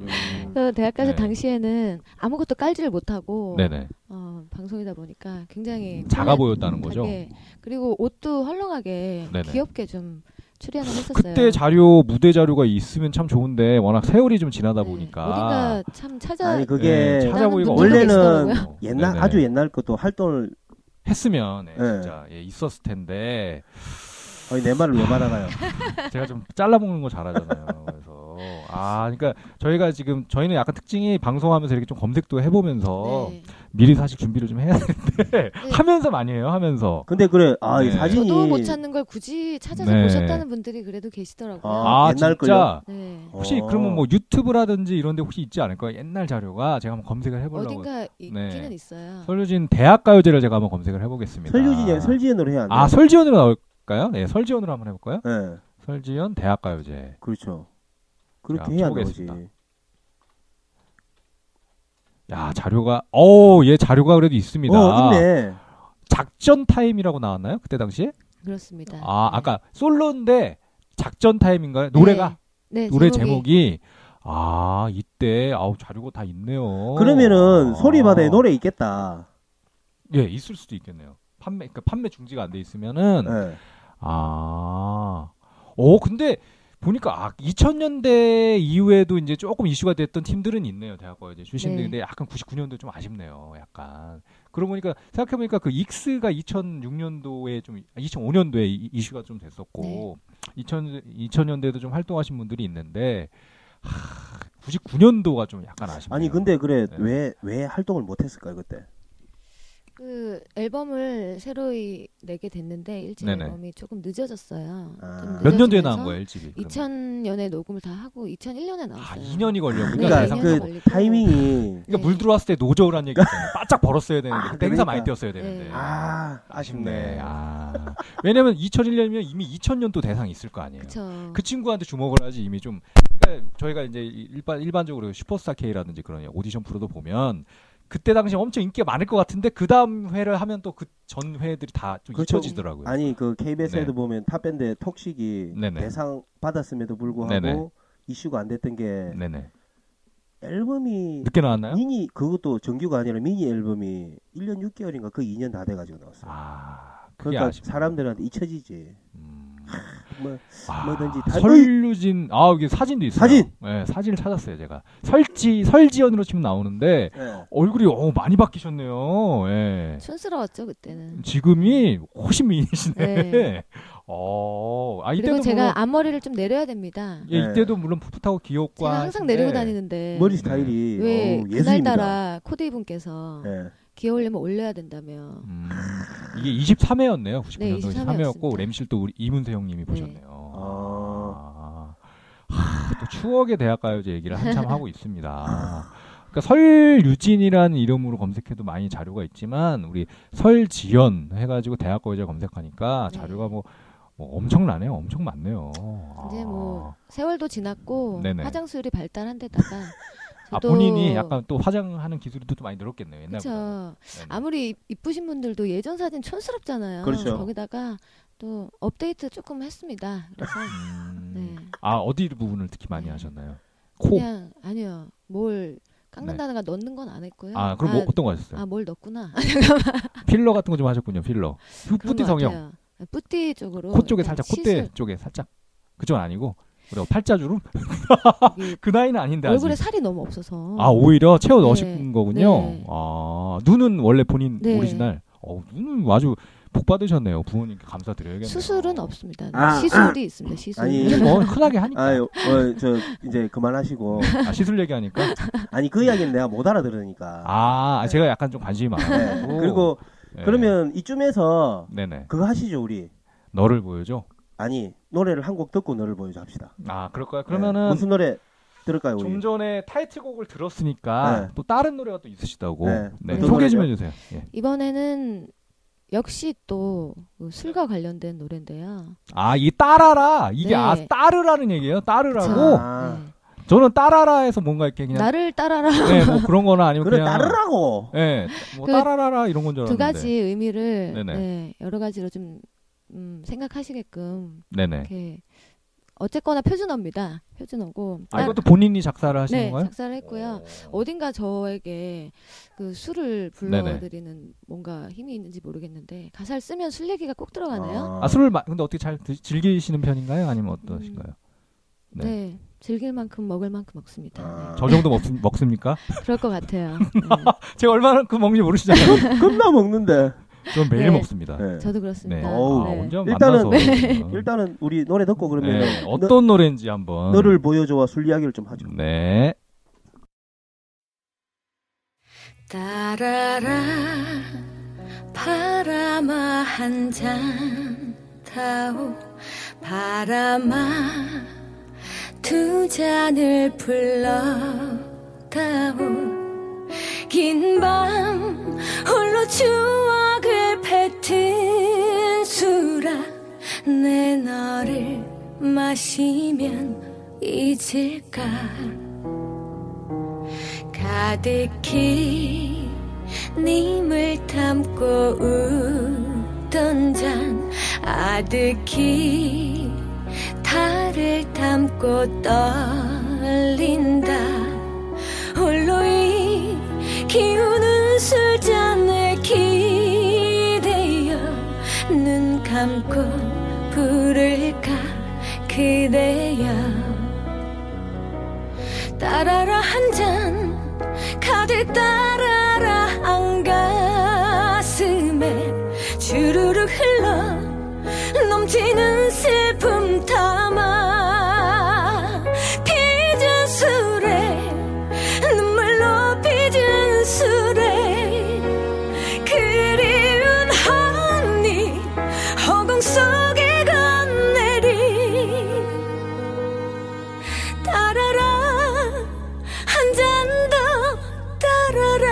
E: 그 대학까지
B: 네.
E: 당시에는 아무것도 깔지를 못하고
B: 네네. 음,
E: 어, 방송이다 보니까 굉장히
B: 작아 보였다는 거죠.
E: 편하게, 그리고 옷도 헐렁하게
B: 네네.
E: 귀엽게 좀 출연을 했었어요.
B: 그때 자료 무대 자료가 있으면 참 좋은데 워낙 세월이 좀 지나다
E: 네,
B: 보니까
E: 어딘가 참 찾아
C: 아니
B: 예,
C: 그게
B: 찾아보기가
E: 나는
B: 어려워요.
C: 원래는
B: 계시더라고요.
C: 옛날
B: 네네.
C: 아주 옛날 것도 활동을
B: 했으면 예,
C: 네.
B: 진짜 예, 있었을 텐데
C: 아니, 내 말을 왜 받아가요?
B: 제가 좀 잘라먹는 거 잘하잖아요. 그래서 아 그러니까 저희가 지금 저희는 약간 특징이 방송하면서 이렇게 좀 검색도
C: 어,
B: 해보면서
E: 네.
B: 미리 사실 준비를 좀 해야 되는데 하면서 많이 해요. 하면서
C: 근데 그래 아 이
B: 네.
C: 사진이
E: 저도 못 찾는 걸 굳이 찾아서
B: 네.
E: 보셨다는 분들이 그래도 계시더라고요.
B: 아,
C: 아, 옛날
B: 진짜
E: 네.
B: 혹시
C: 어.
B: 그러면 뭐 유튜브라든지 이런데 혹시 있지 않을까요? 옛날 자료가 제가 한번 검색을 해보려고.
E: 어딘가 있기는
B: 네.
E: 있어요.
B: 설유진 대학가요제를 제가 한번 검색을 해보겠습니다.
C: 설유진이 설지연으로 해야 안 돼.
B: 아 설지연으로 나올까요? 네 설지연으로 한번 해볼까요?
C: 예.
B: 설지연 대학가요제.
C: 그렇죠. 그렇게
B: 야,
C: 해야 나오지.
B: 쳐보겠습니다. 야 자료가 어예 자료가 그래도 있습니다.
C: 어, 있네.
B: 작전 타임이라고 나왔나요 그때 당시에?
E: 네. 그렇습니다.
B: 아
E: 네.
B: 아까 솔로인데 작전 타임인가요? 노래가
E: 네, 네,
B: 노래
E: 제목이.
B: 제목이 아 이때 아우 자료가 다 있네요.
C: 그러면은
B: 아.
C: 소리바다에 노래 있겠다.
B: 예 있을 수도 있겠네요. 판매 그러니까 판매 중지가 안 돼 있으면은
C: 예.
B: 아. 오, 근데 보니까 아, 2000년대 이후에도 이제 조금 이슈가 됐던 팀들은 있네요. 대학과 이제
E: 네.
B: 출신들인데 약간 99년도 좀 아쉽네요. 약간. 그러고 보니까 생각해 보니까 그 익스가 2006년도에 좀 2005년도에 이슈가 좀 됐었고 2000 2000년대도 좀 활동하신 분들이 있는데 하, 99년도가 좀 약간 아쉽네요.
C: 아니 근데 그래
B: 네.
C: 왜 왜 활동을 못했을까요 그때?
E: 그 앨범을 새로이 내게 됐는데 일집
B: 네네.
E: 앨범이 조금 늦어졌어요.
C: 아.
E: 좀
B: 몇 년도에
E: 늦어지면서
B: 나온 거예요, LGB?
E: 2000년에 녹음을 다 하고 2001년에
B: 아,
E: 나왔어요.
B: 2년이 걸렸군요.
C: 그러니까
B: 대상
E: 네,
C: 그
B: 선거.
E: 걸리고.
C: 타이밍이
B: 그러니까
E: 네.
B: 물 들어왔을 때 노저우란 얘기 있잖아요. 바짝 벌었어야 되는데
C: 아,
B: 그때 행사
C: 그러니까.
B: 많이 뛰었어야 되는데.
E: 네.
C: 아 아쉽네.
B: 아. 왜냐면 2001년이면 이미 2000년도 대상이 있을 거 아니에요.
E: 그쵸.
B: 그 친구한테 주목을 하지 이미 좀 그러니까 저희가 이제 일반 일반적으로 슈퍼스타 K라든지 그런 오디션 프로도 보면 그때 당시 엄청 인기가 많을 것 같은데 그 다음 회를 하면 또 그 전 회들이 다 좀
C: 그렇죠.
B: 잊혀지더라고요.
C: 아니 그 KBS에도
B: 네.
C: 보면 탑밴드의 톡식이
B: 네네.
C: 대상 받았음에도 불구하고
B: 네네.
C: 이슈가 안 됐던 게
B: 네네. 네?
C: 앨범이
B: 늦게 나왔나요?
C: 미니 그것도 정규가 아니라 미니 앨범이 1년 6개월인가 그 2년 다 돼가지고 나왔어. 요
B: 아 그게
C: 그러니까
B: 아쉽네요.
C: 사람들한테 잊혀지지.
B: 음.
C: 뭐
B: 아,
C: 뭐든지 다-
B: 설유진 아 여기 사진도 있어요.
C: 사진!
B: 네, 사진을 찾았어요 제가. 설지 설지연으로 치면 나오는데
C: 예.
B: 얼굴이 어 많이 바뀌셨네요. 예.
E: 촌스러웠죠
B: 음,
E: 그때는.
B: 아, 지금이 훨씬 미인이시네.
E: 네.
B: 어, 아 이때도
E: 그리고 제가
B: 물론,
E: 앞머리를 좀 내려야 됩니다.
B: 예,
C: 네.
B: 이때도 물론 풋풋하고 귀엽고
E: 제가 항상
B: 하신데
E: 내리고 다니는데
C: 머리 스타일이
E: 네. 왜
C: 어우, 예술입니다.
E: 그날따라 코디 분께서
B: 네.
C: 예.
E: 귀여우려면 올려야 된다며.
B: 음, 이게 23회였네요. 99년도
E: 23회
B: 23회였고
E: 였습니다.
B: 램실도 우리 이문세 형님이 보셨네요.
E: 어.
C: 아.
B: 아. 하, 또 추억의 대학가요제 얘기를 한참 하고 있습니다. 그러니까 설유진이라는 이름으로 검색해도 많이 자료가 있지만 우리 설지연 해가지고 대학가요제 검색하니까
E: 네.
B: 자료가 뭐, 뭐 엄청나네요. 엄청 많네요.
E: 이제
B: 아.
E: 뭐 세월도 지났고
B: 네네.
E: 화장술이 발달한 데다가
B: 아
E: 저도
B: 본인이 약간 또 화장하는 기술이 또 많이 늘었겠네요. 옛날보다.
E: 그쵸 아무리 이- 이쁘신 분들도 예전 사진 촌스럽잖아요.
C: 그렇죠.
E: 거기다가 또 업데이트 조금 했습니다. 그래서 네.
B: 아 어디 부분을 특히 많이 하셨나요? 코. 네.
E: 그냥 아니요. 뭘 깎는다든가 넣는 건 안 했고요.
B: 아 그럼 뭐 어떤 거 하셨어요?
E: 아, 뭘 넣었구나.
B: 필러 같은 거 좀 하셨군요. 필러. 후-
E: 그런
B: 뿌띠
E: 것
B: 성형.
E: 같아요. 네, 뿌띠 쪽으로
B: 코 쪽에
E: 약간
B: 살짝 콧대
E: 시술,
B: 쪽에 살짝. 그건 아니고 우리 팔자 주름.
E: 여기
B: 그 나이는 아닌데 아직.
E: 네. 얼굴에 살이 너무 없어서
B: 아 오히려 채워
E: 네.
B: 넣으신 거군요.
E: 네.
B: 아 눈은 원래 본인
E: 네.
B: 오리지널. 어 눈은 아주 복 받으셨네요. 부모님께 감사드려야겠네요. 어.
E: 수술은 없습니다.
C: 아,
E: 시술이 있습니다. 시술.
C: 아니,
B: 이게 뭐 흔하게 하니까.
C: 아유, 어, 저 이제 그만하시고
B: 아, 시술 얘기하니까.
C: 아니 그 이야기는 내가 못 알아들으니까.
B: 아 아, 제가 약간 좀 관심이
C: 네.
B: 많아요.
C: 그리고 그러면 이쯤에서
B: 네네.
C: 그거 하시죠 우리.
B: 너를 보여줘.
C: 아니 노래를 한 곡 듣고 너를 보여줘 합시다.
B: 아 그럴까요?
C: 네.
B: 그러면은
C: 무슨 노래 들을까요 우리?
B: 좀 전에 타이틀곡을 들었으니까
C: 네.
B: 또 다른 노래가 또 있으시다고
C: 네.
B: 네,
E: 어떤
B: 소개 좀
C: 노래죠?
B: 해주세요. 예.
E: 이번에는 역시 또그 술과 관련된 노래인데요.
B: 아이 따라라 이게
E: 네.
B: 아 따르라는 얘기예요. 따르라고
C: 아,
B: 저는 따라라에서 뭔가 이렇게
E: 네.
B: 그냥
E: 나를 따라라
B: 네, 뭐 그런 거나 아니면
C: 그래
B: 냥
C: 따르라고.
B: 예, 뭐
E: 그
B: 따라라라 이런 건 줄
E: 두
B: 알았는데.
E: 가지 의미를
B: 네. 네네.
E: 네, 여러 가지로 좀 음, 생각하시게끔
B: 네네.
E: 이렇게 어쨌거나 표준어입니다. 표준어고
B: 아 이것도 본인이 작사를 하시는
E: 네
B: 거예요?
E: 작사를 했고요. 어딘가 저에게 그 술을 불러드리는 뭔가 힘이 있는지 모르겠는데 가사를 쓰면 술 얘기가 꼭 들어가네요.
B: 아 술을 마, 근데 어떻게 잘 드- 즐기시는 편인가요? 아니면 어떠신가요?
E: 네. 즐길 만큼 먹을 만큼 먹습니다.
C: 아.
E: 네,
B: 저 정도 먹, 먹습니까?
E: 그럴 것 같아요. 네,
B: 제가 얼마나 그 먹는지 모르시잖아요.
C: 겁나 먹는데.
B: 저는 매일
E: 네.
B: 먹습니다.
C: 네.
E: 저도
B: 네.
E: 그렇습니다.
C: 어우,
B: 아,
E: 네.
B: 언제
C: 일단은-
B: 만나서
C: 일단은 우리 노래 듣고 그러면
B: 네,
C: 너-
B: 어떤 노래인지 한번
C: 너를 보여줘와 술 이야기를 좀 하죠.
B: 네.
F: 따라라 바람아 한잔 타오 바람아 두 잔을 불러다오 긴 밤 홀로 추억을 뱉은 수라 내 너를 마시면
D: 잊을까 가득히 님을 담고 웃던 잔 아득히 달을 담고 떨린다 홀로 이 기우는 술잔을 기대어 눈 감고 부를까 그대여 따라라 한 잔 가득 따라라 한 가슴에 주르륵 흘러 넘치는 슬픔 담아 빚은 술에 눈물로 빚은 술에 그리운 허니 허공 속에 건네리 따라라 한 잔 더 따라라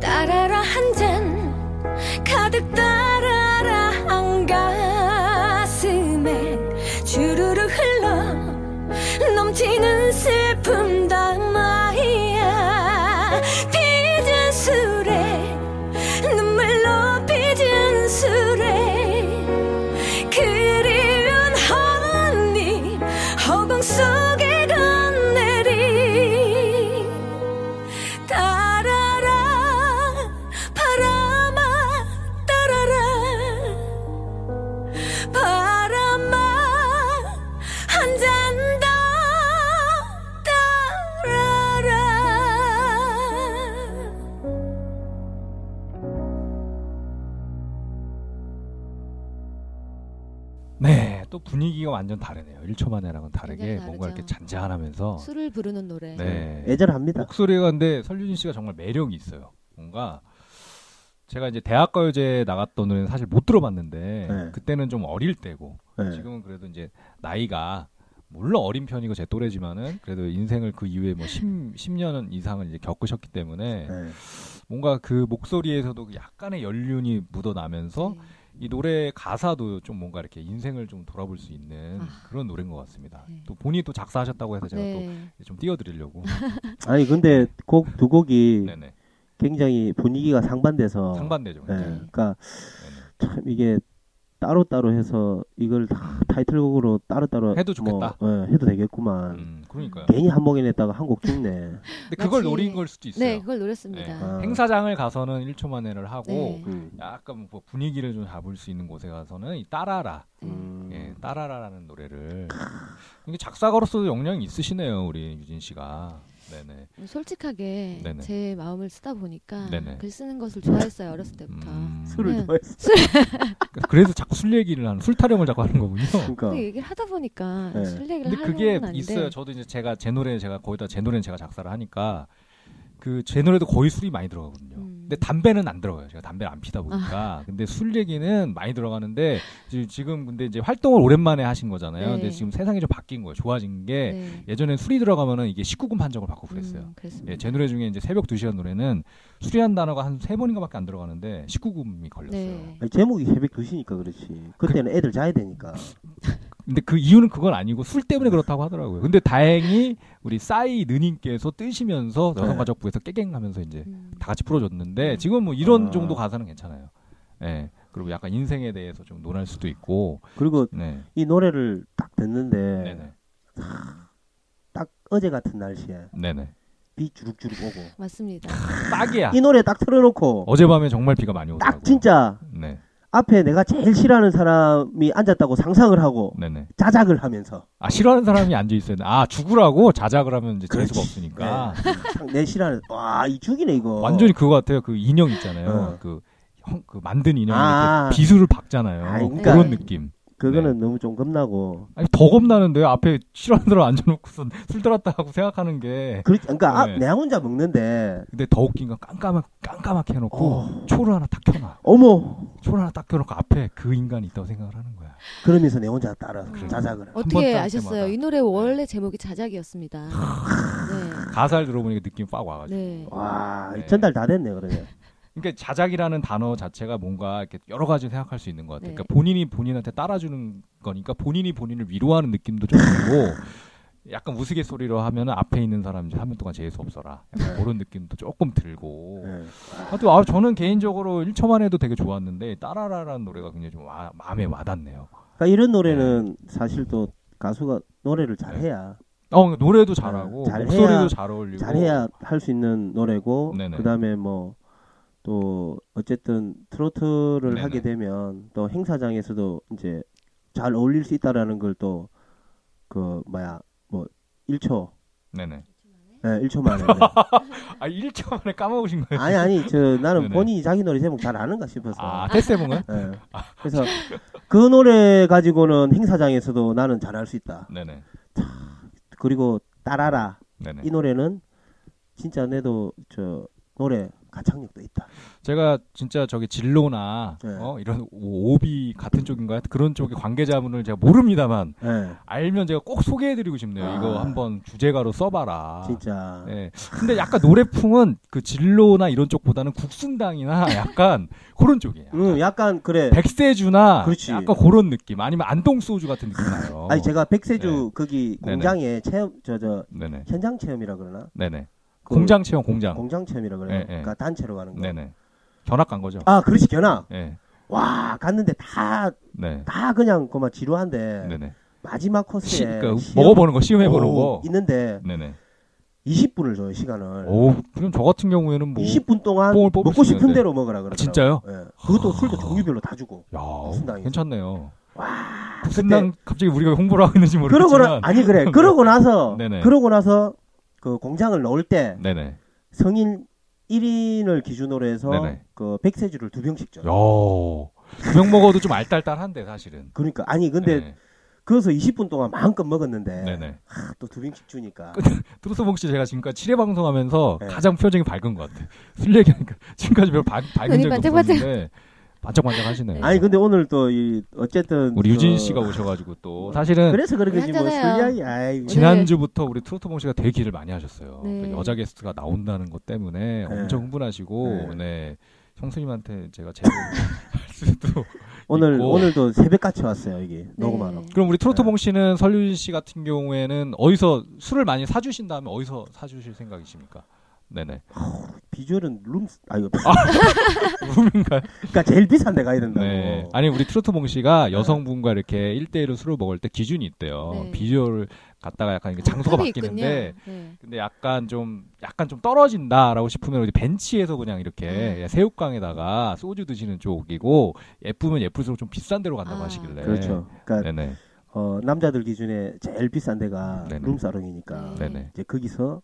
D: 따라라 한 잔 가득 따라라 한 가슴에 주르륵 흘러 넘치는 슬픔 담아야 빚은 술에 눈물로 빚은 술에 그리운 허니 허공 속에 건네리 따라라 바람아 따라라 바람아 한 잔 더 따라라
B: 네, 또 분위기가 완전 다르네요. 1초 만에랑은 다르게
E: 완전
B: 뭔가
E: 다르죠.
B: 이렇게 잔잔하면서
E: 술을 부르는 노래.
B: 네.
C: 애절합니다.
B: 목소리가 근데 설유진 씨가 정말 매력이 있어요. 뭔가 제가 이제 대학가요제 나갔던 노래는 사실 못 들어봤는데
C: 네.
B: 그때는 좀 어릴 때고
C: 예.
B: 지금은 그래도 이제 나이가 물론 어린 편이고 제 또래지만은 그래도 인생을 그 이후에 뭐 10, 10년 이상을 이제 겪으셨기 때문에
C: 예.
B: 뭔가 그 목소리에서도 약간의 연륜이 묻어나면서
E: 네.
B: 이 노래 가사도 좀 뭔가 이렇게 인생을 좀 돌아볼 수 있는
E: 아.
B: 그런 노래인 것 같습니다.
E: 네.
B: 또 본인이 또 작사하셨다고 해서 제가
E: 네.
B: 또 좀 띄워드리려고.
C: 아니 근데 곡 두 곡이
B: 네네.
C: 굉장히 분위기가 상반돼서
B: 상반되죠.
C: 예.
B: 네.
C: 그러니까 참 이게 따로 따로 해서 이걸 다 타이틀곡으로 따로 따로
B: 해도 좋겠다.
C: 예, 해도 되겠구만.
B: 음, 그러니까요.
C: 괜히 한복에 냈다가 한 곡 죽네.
B: 근데 그걸
E: 네. 마치-
B: 노린 걸 수도 있어요.
E: 네, 그걸 노렸습니다.
C: 아.
B: 행사장을 가서는 1초 만에를 하고
E: 네.
C: 음.
B: 약간 뭐 분위기를 좀 잡을 수 있는 곳에 가서는 이 따라라,
E: 네.
C: 음.
B: 예, 따라라라는 노래를 이게 작사가로서도 영향이 있으시네요, 우리 유진 씨가. 네네.
E: 솔직하게
B: 네네.
E: 제 마음을 쓰다 보니까
B: 네네.
E: 글 쓰는 것을 좋아했어요 어렸을 때부터.
B: 음, 그러니까
C: 술을
E: 네.
C: 좋아했어.
B: 그래서 자꾸 술 얘기를 하는 술 타령을 자꾸 하는 거군요.
E: 근데
C: 그러니까
E: 얘기를 하다 보니까
C: 네.
E: 술 얘기를
B: 근데
E: 하는
B: 그게
E: 건 아닌데
B: 있어요. 저도 이제 제가 제 노래 제가 거의 다 제 노래는 제가 작사를 하니까 그 제 노래도 거의 술이 많이 들어가거든요.
E: 음. 아.
B: 근데 담배는 안 들어가요. 제가 담배를 안 피다 보니까. 근데 술 얘기는 많이 들어가는데 지- 지금 근데 이제 활동을 오랜만에 하신 거잖아요.
E: 네.
B: 근데 지금 세상이 좀 바뀐 거예요. 좋아진 게
E: 네.
B: 예전엔 술이 들어가면은 이게 19금 판정을 받고 음, 그랬어요.
E: 음, 그랬습니다.
B: 예, 제 노래 중에 이제 새벽 2시간 노래는 술이란 단어가 한 세 번인가밖에 안 들어가는데 19금이 걸렸어요.
E: 네.
C: 아니, 제목이 새벽 2시니까 그렇지. 그때는 애들 자야 되니까.
B: 근데 그 이유는 그건 아니고 술
C: 네.
B: 때문에 그렇다고 하더라고요. 근데 다행히 우리 싸이 느님께서
C: 네.
B: 뜨시면서 여성가족부에서 깨갱하면서 이제
E: 음.
B: 다 같이 풀어줬는데 지금 뭐 이런
C: 아.
B: 정도 가사는 괜찮아요. 예. 그리고 약간 인생에 대해서 좀 논할 수도 있고.
C: 그리고
B: 네.
C: 이 노래를 딱 듣는데
B: 네네.
C: 딱 어제 같은 날씨에
B: 네네.
C: 비 주룩주룩 오고
E: 맞습니다.
B: 딱이야.
C: 이 노래 딱 틀어놓고
B: 아. 어젯밤에 정말 비가 많이 오더라고요.
C: 딱 진짜
B: 네.
C: 앞에 내가 제일 싫어하는 사람이 앉았다고 상상을 하고
B: 네네.
C: 자작을 하면서
B: 아 싫어하는 사람이 앉아 있어요. 아 죽으라고 자작을 하면 이제 될 수가
C: 그렇지. 네.
B: 없으니까.
C: 딱내 싫어하는 와이 죽이네 이거
B: 완전히 그거 같아요. 그 인형 있잖아요.
C: 어.
B: 그, 형, 그 만든 인형
C: 아.
B: 이렇게 비수를 박잖아요. 뭐
C: 아이,
B: 그런
E: 네.
B: 느낌.
C: 그거는 너무 좀 겁나고.
B: 아니 더 겁나는데요. 앞에 실화한 사람 앉아놓고선 술 들었다 하고 생각하는 게
C: 그렇, 그러니까 앞,
B: 네.
C: 내가 혼자 먹는데
B: 근데 더 웃긴 건 깜깜하, 깜깜하게 해놓고
C: 어.
B: 초를 하나 딱 켜놔.
C: 어머
B: 초를 하나 딱 켜놓고 앞에 그 인간이 있다고 생각을 하는 거야.
C: 그러면서 내 혼자 따라
B: 그렇죠.
E: 그래.
C: 자작을. 해.
B: 한번
E: 어떻게
B: 짤
E: 아셨어요?
B: 때마다.
E: 이 노래 원래 제목이 자작이었습니다.
B: 가사를 들어보니까 느낌 빡 와가지고.
E: 네. 네.
C: 아, 와
B: 네.
C: 전달 다 됐네 그러면.
B: 그러니까 자작이라는 단어 자체가 뭔가 이렇게 여러 가지 생각할 수 있는 것 같아요.
E: 네.
B: 그러니까 본인이 본인한테 따라주는 거니까 본인이 본인을 위로하는 느낌도 좀 들고 약간 우스갯소리로 하면 앞에 있는 사람 이제 3년 동안 재수 없어라. 약간 그런 느낌도 조금 들고.
C: 네.
B: 하여튼 아, 저는 개인적으로 1초만 해도 되게 좋았는데 따라라라는 노래가 굉장히 좀 와- 마음에 와닿네요.
C: 그러니까 이런 노래는
B: 네.
C: 사실 또 가수가 노래를 잘해야
B: 어, 노래도 잘하고
C: 네, 잘해야-
B: 목소리도 잘 어울리고
C: 잘해야 할 수 있는 노래고
B: 네네.
C: 그다음에 뭐 또 어쨌든 트로트를
B: 네네.
C: 하게 되면 또 행사장에서도 이제 잘 어울릴 수 있다라는 걸 또 그 뭐야 뭐 1초
B: 네네.
C: 네, 1초 만에
B: 아 1초 만에 까먹으신 거예요?
C: 아니 아니 저 나는
B: 네네.
C: 본인이 자기 노래 제목 잘 아는가 싶어서
B: 아, 테세봉은?
C: 예. 그래서 그 노래 가지고는 행사장에서도 나는 잘할 수 있다
B: 네네.
C: 그리고 따라라
B: 네네.
C: 이 노래는 진짜 내도 저 노래 가창력도 있다.
B: 제가 진짜 저기 진로나
C: 네.
B: 어, 이런 오- 오비 같은 쪽인가요? 그런 쪽의 관계자분을 제가 모릅니다만
C: 예,
B: 알면 제가 꼭 소개해드리고 싶네요.
C: 아.
B: 이거 한번 주제가로 써봐라.
C: 진짜
B: 예. 근데 약간 노래풍은 그 진로나 이런 쪽보다는 국순당이나 약간 그런 쪽이에요.
C: 음 약간 그래.
B: 백세주나
C: 그렇지.
B: 약간 그런 느낌 아니면 안동소주 같은 느낌 나요.
C: 아니 제가 백세주
B: 네.
C: 거기
B: 네네.
C: 공장에 체험 저 저
B: 네네.
C: 현장 체험이라 그러나
B: 네네.
C: 그
B: 공장 체험 공장.
C: 공장 체험이라 그러나
B: 예, 예.
C: 그러니까 단체로 가는 거.
B: 네네. 견학 간 거죠.
C: 아 그렇지 견아.
B: 예.
C: 와 갔는데 다 다
B: 네.
C: 그냥 그만 지루한데
B: 네네.
C: 마지막
B: 시,
C: 코스에
B: 그러니까
C: 시험-
B: 먹어보는 거 시험해보는
C: 오,
B: 거.
C: 있는데
B: 네네.
C: 20분을 줘요 시간을.
B: 오, 그럼 저 같은 경우에는 뭐
C: 20분 동안
B: 뽕을 뽑을
C: 먹고
B: 수
C: 싶은
B: 있는데.
C: 대로 먹으라 그러더라고.
B: 진짜요? 아.
C: 예. 그것도 술도 종류별로 다 주고.
B: 야,
C: 국순당이죠.
B: 괜찮네요.
C: 와.
B: 국순당 갑자기 우리가 왜 홍보를 하고 있는지
C: 그러고
B: 모르겠지만.
C: 나 아니 그래 그러고 나서
B: 네네.
C: 그러고 나서 그 공장을 넣을 때
B: 네네.
C: 성인 1인을 기준으로 해서
B: 네네.
C: 그 백세주를 두 병씩 줘.
B: 야, 두명 먹어도 좀 알딸딸한데 사실은.
C: 그러니까 아니 근데 그래서 20분 동안 마음껏 먹었는데 아,
B: 네. 네
C: 또 두 병씩 주니까
B: 트로스봉 씨 제가 지금까지 7회 방송하면서
C: 네.
B: 가장 표정이 밝은 것 같아요. 술 얘기하니까 지금까지 별로 밝, 밝은 적이
E: 반짝반짝.
B: 없었는데 반짝반짝 하시네요.
C: 아니 근데 오늘 또 이 어쨌든
B: 우리
C: 저-
B: 유진 씨가 오셔가지고 또 사실은
C: 그래서 그런지 뭐
E: 괜찮아요.
C: 술량이 아이
E: 진-
B: 지난주부터 우리 트로트봉 씨가 되게 기를 많이 하셨어요.
E: 네.
B: 그 여자 게스트가 나온다는 것 때문에 엄청 흥분하시고,
C: 네.
B: 네. 형수님한테 제가 제보할 수도.
C: 오늘
B: 있고.
C: 오늘도 새벽같이 왔어요 여기
E: 네.
C: 녹음하러.
B: 그럼 우리 트로트봉
C: 네.
B: 씨는 설유진 씨 같은 경우에는 어디서 술을 많이 사주신 다음에 어디서 사주실 생각이십니까? 네네.
C: 비주얼은 룸 아이고
B: 룸인가요?
C: 그러니까 제일 비싼 데 가야 된다고.
E: 어.
B: 네. 아니, 우리 트로트봉 씨가 여성분과 이렇게 1대1로 술을 먹을 때 기준이 있대요.
E: 네.
B: 비주얼을 갖다가 약간 이게 장소가
E: 탑이
B: 바뀌는데,
E: 있군요. 네.
B: 근데 약간 좀 약간 좀 떨어진다라고 싶으면 우리 벤치에서 그냥
E: 음.
B: 이렇게 예, 새우깡에다가 소주 드시는 쪽이고 예쁘면 예쁠수록 좀 비싼 데로 간다고
E: 아.
B: 하시길래
C: 그렇죠. 그러니까
B: 네네
C: 어, 남자들 기준에 제일 비싼 데가
B: 네네.
C: 룸사롱이니까
B: 네네
C: 이제 거기서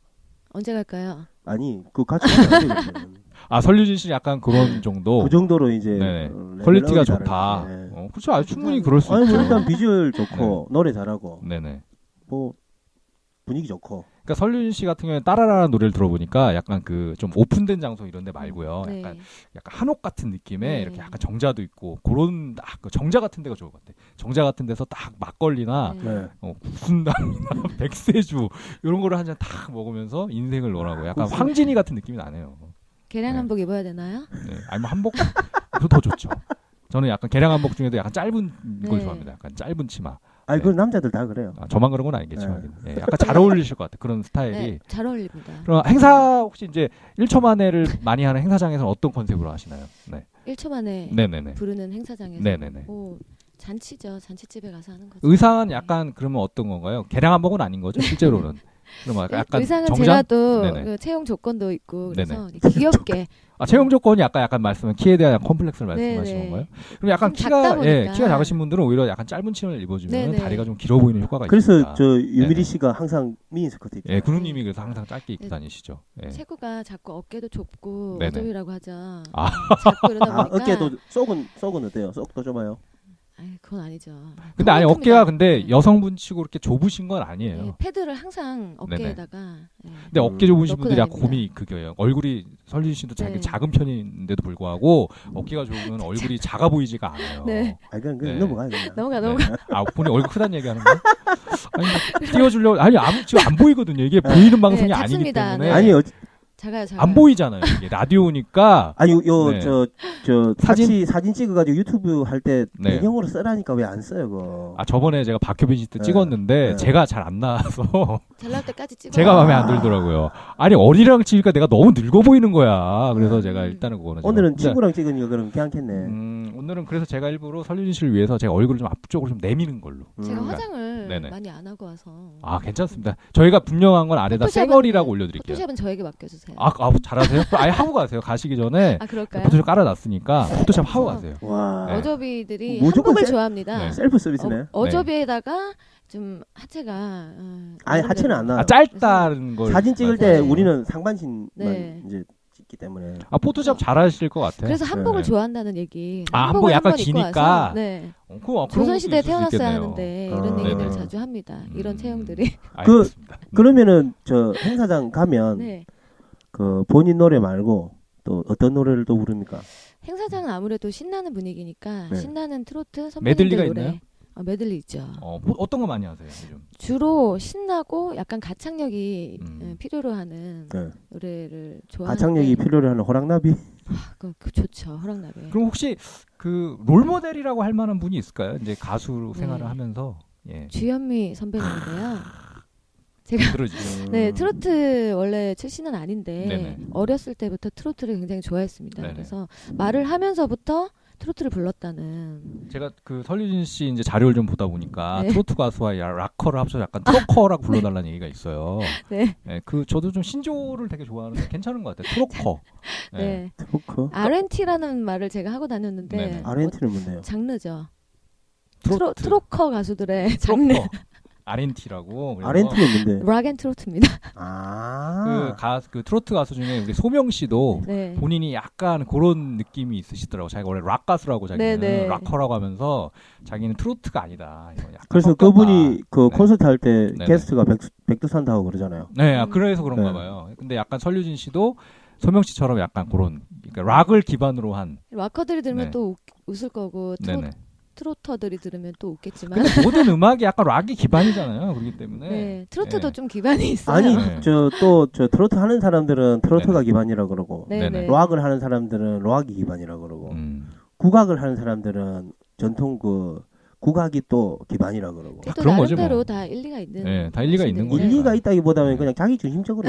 E: 언제 갈까요?
C: 아니 그 같이 가야 되거든.
B: 아 설유진 씨 약간
E: 네.
B: 그런 정도
C: 그 정도로 이제
B: 네네.
C: 어, 레벨업이
B: 퀄리티가
C: 다르지.
B: 좋다
C: 네.
B: 어, 그렇죠 아 충분히 그럴 수
C: 아니
B: 있죠
C: 뭐 일단 비주얼 좋고
B: 네.
C: 노래 잘하고
B: 네네
C: 뭐 분위기 좋고
B: 그러니까 설유진 씨 같은 경우에 따라라는 노래를 들어보니까 약간 그 좀 오픈된 장소 이런 데 말고요
E: 네.
B: 어, 약간 약간 한옥 같은 느낌에
E: 네.
B: 이렇게 약간 정자도 있고 그런 딱그 정자 같은 데가 좋을 것 같아 정자 같은 데서 딱 막걸리나
E: 네.
C: 네.
B: 어, 국순당이나 백세주 이런 거를 한 잔 딱 먹으면서 인생을 노라고 약간
C: 국순.
B: 황진이 같은 느낌이 나네요.
E: 계량
B: 네.
E: 한복 입어야 되나요?
B: 네. 아니면 한복 그더 좋죠. 저는 약간 계량 한복 중에도 약간 짧은 걸
E: 네.
B: 좋아합니다. 약간 짧은 치마.
C: 아니 그건 남자들 다 그래요.
B: 아, 저만 그런 건 아니겠지만 예, 약간 잘 어울리실 것 같아 요 그런 스타일이.
E: 네, 잘 어울립니다.
B: 그럼 행사 혹시 이제 1초 만에를 많이 하는 행사장에서는 어떤 컨셉으로 하시나요? 네,
E: 1초 만에
B: 네네네.
E: 부르는 행사장에서
B: 네네네.
E: 오, 잔치죠. 잔치집에 가서 하는 거죠. 네.
B: 의상은 약간 그러면 어떤 건가요? 계량 한복은 아닌 거죠 실제로는. 그럼 약간
E: 네, 의상은 제가
B: 정장?
E: 또
B: 네네.
E: 그 채용 조건도 있고 그래서
B: 네네.
E: 귀엽게
B: 아, 체형 조건이 아까 약간 말씀은 키에 대한 컴플렉스를
E: 네네.
B: 말씀하시는 건가요? 그럼 약간
E: 좀 작다
B: 키가 예,
E: 보니까.
B: 키가 작으신 분들은 오히려 약간 짧은 치마를 입어주면
E: 네네.
B: 다리가 좀 길어 보이는 효과가
C: 그래서
B: 있습니다.
C: 저 유미리
B: 아, 네네.
C: 씨가 항상 미인 스커트 입죠.
B: 예, 군우님이 그래서 항상 짧게 입고
E: 네.
B: 다니시죠. 예.
E: 체구가 자꾸 어깨도 좁고
B: 네네.
E: 어조이라고 하죠.
B: 아.
E: 자꾸 이러다
C: 아
E: 보니까
C: 어깨도 속은 속은 어때요? 속도 좁아요.
E: 아이, 그건 아니죠.
B: 근데 아니
E: 더 큽니다.
B: 어깨가 근데
E: 네.
B: 여성분 치고 이렇게 좁으신 건 아니에요.
E: 네, 패드를 항상 어깨에다가 네.
B: 근데 어깨 좁으신
E: 음,
B: 분들이
E: 넓은
B: 약간 고민이 그거예요. 얼굴이 설진 씨도 자기
E: 네. 음.
B: 작은 편인데도 불구하고 어깨가 좁으면 얼굴이 작아 보이지가 않아요.
E: 네.
C: 아 그냥, 그냥
B: 네.
C: 넘어가요 그냥.
E: 넘어가
B: 네.
E: 넘어가.
B: 아, 본인 얼굴 크다는 얘기 하는 거야? 아니, 뭐 띄워주려고. 아니, 아무- 지금 안 보이거든요. 이게 보이는 방송이 아니기
E: 작습니다.
B: 때문에.
E: 네.
C: 네. 아니 어, 요
E: 작아요 작아요.
B: 안 보이잖아요. 이게 라디오니까.
C: 아니 요
B: 네.
C: 저 저
B: 사진?
C: 사진 사진 찍어가지고 유튜브 할 때
B: 네.
C: 배경으로 쓰라니까 왜 안 써요 그거.
B: 아, 저번에 제가 박효빈 씨 때
C: 네.
B: 찍었는데
C: 네.
B: 제가 잘 안 나와서
E: 잘날 때까지 찍어.
B: 제가 마음에 안 들더라고요. 아니, 어리랑 찍으니까 내가 너무 늙어 보이는 거야. 그래서 제가
E: 음.
B: 일단은 그거는. 제가-
C: 오늘은
B: 근데-
C: 친구랑 찍으니까 그럼 괜찮겠네.
B: 음, 오늘은 그래서 제가 일부러 설윤 씨를 위해서 제가 얼굴을 좀 앞쪽으로 좀 내미는 걸로.
E: 제가
C: 음.
E: 화장을
B: 네네.
E: 많이 안 하고 와서.
B: 아, 괜찮습니다. 저희가 분명한 건 아래다
E: 포토샵은- 네,
B: 새거리라고 올려드릴게요.
E: 포토샵은 저에게 맡겨주세요.
B: 아, 아, 잘하세요? 아예 하고 가세요. 가시기 전에.
E: 아, 그럴까요?
B: 포토샵 깔아놨으니까 포토샵 하고 가세요.
C: 와
B: 네.
E: 어저비들이
C: 무조건
E: 한국을
C: 세-
E: 좋아합니다.
B: 네.
C: 셀프 서비스네.
E: 어, 저비에다가좀 하체가 어,
C: 아니 하체는 안 나와.
B: 아, 짧다는 걸
C: 사진 찍을
B: 말씀-
C: 때 우리는 상반신만
E: 네.
C: 이제 찍기 때문에.
B: 아 포토샵 잘하실 것 같아요.
E: 그래서 한복을
B: 네.
E: 좋아한다는 얘기.
B: 아, 한복
E: 한복을
B: 약간
E: 한번 입고
B: 기니까.
E: 와서, 네.
B: 어, 그, 어, 그런 것도
E: 조선시대에
B: 있을 수
E: 태어났어야
B: 있겠네요.
E: 하는데
C: 아,
E: 이런 얘기들
B: 네네.
E: 자주 합니다. 이런
B: 음.
E: 체형들이.
B: 알겠습니다.
C: 그, 그러면은 저 행사장 가면
E: 네.
C: 그 본인 노래 말고 또 어떤 노래를 또 부릅니까?
E: 행사장은 아무래도 신나는 분위기니까
C: 네.
E: 신나는 트로트 선배님들
B: 메들리가
E: 노래.
B: 있나요?
E: 어, 메들리 있죠.
B: 어, 뭐, 어떤 거 많이 하세요? 요즘?
E: 주로 신나고 약간 가창력이
B: 음.
E: 어, 필요로 하는
C: 네.
E: 노래를 좋아하는
C: 가창력이 필요로 하는 호랑나비.
E: 그, 그 좋죠. 허락나비.
B: 그럼 혹시 그 롤모델이라고 할 만한 분이 있을까요? 이제 가수로
E: 네.
B: 생활을 하면서 예
E: 주현미 선배님인데요.
B: 들어주세요. 예.
E: 네, 트로트 원래 출신은 아닌데
B: 음. 네네.
E: 어렸을 때부터 트로트를 굉장히 좋아했습니다.
B: 네네.
E: 그래서 말을 하면서부터 트로트를 불렀다는
B: 제가 그 설유진 씨 이제 자료를 좀 보다 보니까
E: 네.
B: 트로트 가수와 야- 락커를 합쳐 약간 트로커라고 불러달라는 얘기가 있어요.
E: 네.
B: 예, 그 저도 좀 신조를 되게 좋아하는데 괜찮은 것 같아요. 트로커.
E: 네.
B: 예.
C: 트로크.
E: RNT라는 말을 제가 하고 다녔는데
B: 네네.
C: 아르헨티는 뭔데요?
E: 어, 장르죠. 트로,
B: 트로트.
E: 트로커 가수들의 장르
B: 어, 아렌티라고. 그래서
C: 아르헨티는 뭔데?
E: 락앤 트로트입니다.
B: 그,
C: 아.
B: 가, 그 트로트 가수 중에 우리 소명 씨도
E: 네.
B: 본인이 약간 그런 느낌이 있으시더라고. 자기가 원래 락 가수라고 자기는
E: 네, 네.
B: 락커라고 하면서 자기는 트로트가 아니다. 이거 약간
C: 그래서
B: 꺾였다.
C: 그분이 그
B: 네.
C: 콘서트 할 때
B: 네네.
C: 게스트가 백두, 백두산다고 그러잖아요.
B: 네, 아, 그래서 그런가
C: 네.
B: 봐요. 근데 약간 설유진 씨도 소명 씨처럼 약간 그런 그러니까 락을 기반으로 한
E: 락커들이 들으면
B: 네.
E: 또 웃, 을 거고 트로,
B: 네네.
E: 트로터들이 들으면 또 웃겠지만
B: 근데 모든 음악이 약간 락이 기반이잖아요. 그렇기 때문에
E: 네, 트로트도
B: 네.
E: 좀 기반이 있어요.
C: 아니
B: 네.
C: 저 또 저 트로트 하는 사람들은 트로트가
B: 네네.
C: 기반이라 그러고
E: 네네.
B: 네네.
C: 로악을 하는 사람들은 로악이 기반이라 그러고
B: 음.
C: 국악을 하는 사람들은 전통 그 국악이 또 기반이라 그러고
E: 그게 또
B: 그런 거죠,
E: 나름대로
B: 뭐.
E: 다 일리가 있는
B: 네, 다 일리가 있는
E: 것인데.
B: 거죠.
C: 일리가
E: 네.
C: 있다기보다는 그냥 자기 중심적으로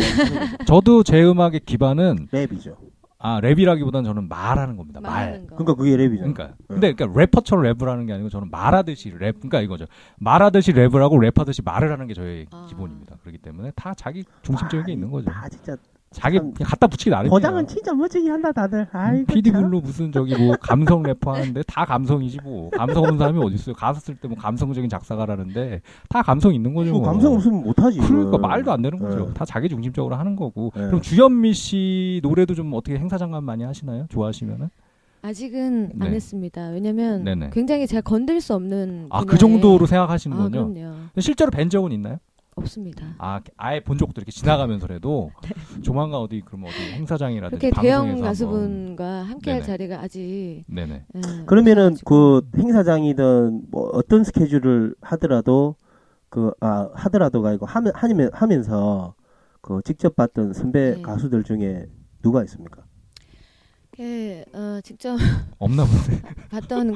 B: 저도 제 음악의 기반은
C: 랩이죠.
B: 아 랩이라기보다는 저는 말하는 겁니다. 말.
E: 말하는 거.
C: 그러니까 그게 랩이죠.
B: 그러니까 근데 그러니까 래퍼처럼 랩을 하는 게 아니고 저는 말하듯이 랩 그러니까 이거죠 말하듯이 랩을 하고 랩하듯이 말을 하는 게 저의
E: 아.
B: 기본입니다 그렇기 때문에 다 자기 중심적인 게 있는 거죠
C: 아 진짜
B: 자기
C: 참.
B: 그냥 갖다 붙이기 나름이에요
C: 포장은 진짜 멋지게 한다 다들. 아이고
B: PD
C: 참.
B: 글로 무슨 저기 뭐 감성 래퍼 하는데 다 감성이지 뭐 감성 없는 사람이 어디 있어요 가수 쓸 때 뭐 감성적인 작사가라는데 다 감성 있는 거죠
C: 이거
B: 뭐.
C: 감성 그 없으면 못하지.
B: 그러니까
C: 이걸.
B: 말도 안 되는 거죠
C: 네.
B: 다 자기 중심적으로 하는 거고
C: 네.
B: 그럼 주현미 씨 노래도 좀 어떻게 행사장 감 많이 하시나요 좋아하시면은
E: 아직은 안
B: 네.
E: 했습니다. 왜냐면
B: 네네.
E: 굉장히 제가 건들 수 없는
B: 아 그
E: 분야에-
B: 정도로 생각하시는군요
E: 네. 아, 그럼요.
B: 실제로 뵌 적은 있나요?
E: 없습니다.
B: 아, 아예 본 적도 이렇게 지나가면서라도 조만간 어디 그러면 어디 행사장이라든지
E: 그렇게
B: 아,
E: 대형
B: 네, 방송에서 한번-
E: 가수분과 함께할
B: 네네.
E: 자리가 아직
B: 네네.
E: 예,
C: 그러면은
E: 없어가지고.
C: 그 행사장이든 뭐 어떤 스케줄을 하더라도 그 아 하더라도가 아니고 하면 하면 하면서 그 직접 봤던 선배
E: 네.
C: 가수들 중에 누가 있습니까?
B: 그
E: 예, 어, 직접
B: 없나 본데.
E: 봤던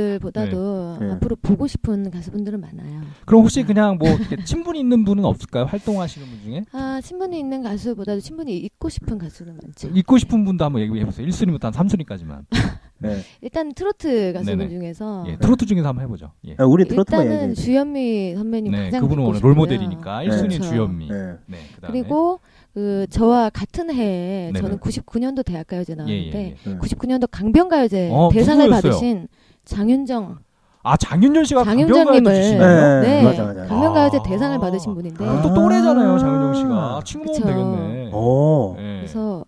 E: 가수분들보다도
C: 네. 네.
E: 앞으로 보고 싶은 가수분들은 많아요.
B: 그럼 혹시 그냥 뭐 이렇게 친분이 있는 분은 없을까요? 활동하시는 분 중에?
E: 아 친분이 있는 가수보다도 친분이 있고 싶은 가수는 많죠.
B: 있고 싶은 분도 한번 얘기해 보세요. 1순위부터 한 3순위까지만.
C: 네.
E: 일단 트로트 가수분
B: 네네.
E: 중에서
B: 예, 트로트 중에서 한번 해보죠. 예.
C: 아, 우리 트로트만
E: 일단은
C: 얘기해.
E: 주현미 선배님
B: 네,
E: 가장
B: 그분은
E: 듣고
B: 오늘
E: 싶고요.
B: 롤모델이니까 1순위 는
E: 그렇죠.
B: 주현미. 네,
C: 네.
B: 그다음에
E: 그리고 그 저와 같은 해에
B: 네네.
E: 저는 99년도 대학가요제
B: 예,
E: 나왔는데
B: 예, 예.
E: 99년도 강변가요제
B: 어,
E: 대상을
B: 누구였어요?
E: 받으신 장윤정
B: 아 장윤정 씨가
E: 장윤정님을-
B: 강변가요제 출신이에요?
C: 네,
E: 네,
C: 맞아, 맞아.
E: 강변가요제
B: 아.
E: 대상을 받으신 분인데
C: 아.
B: 또 또래잖아요, 장윤정 씨가. 친구 보면
C: 어.
E: 그쵸.
B: 되겠네.
C: 오.
B: 예.
E: 그래서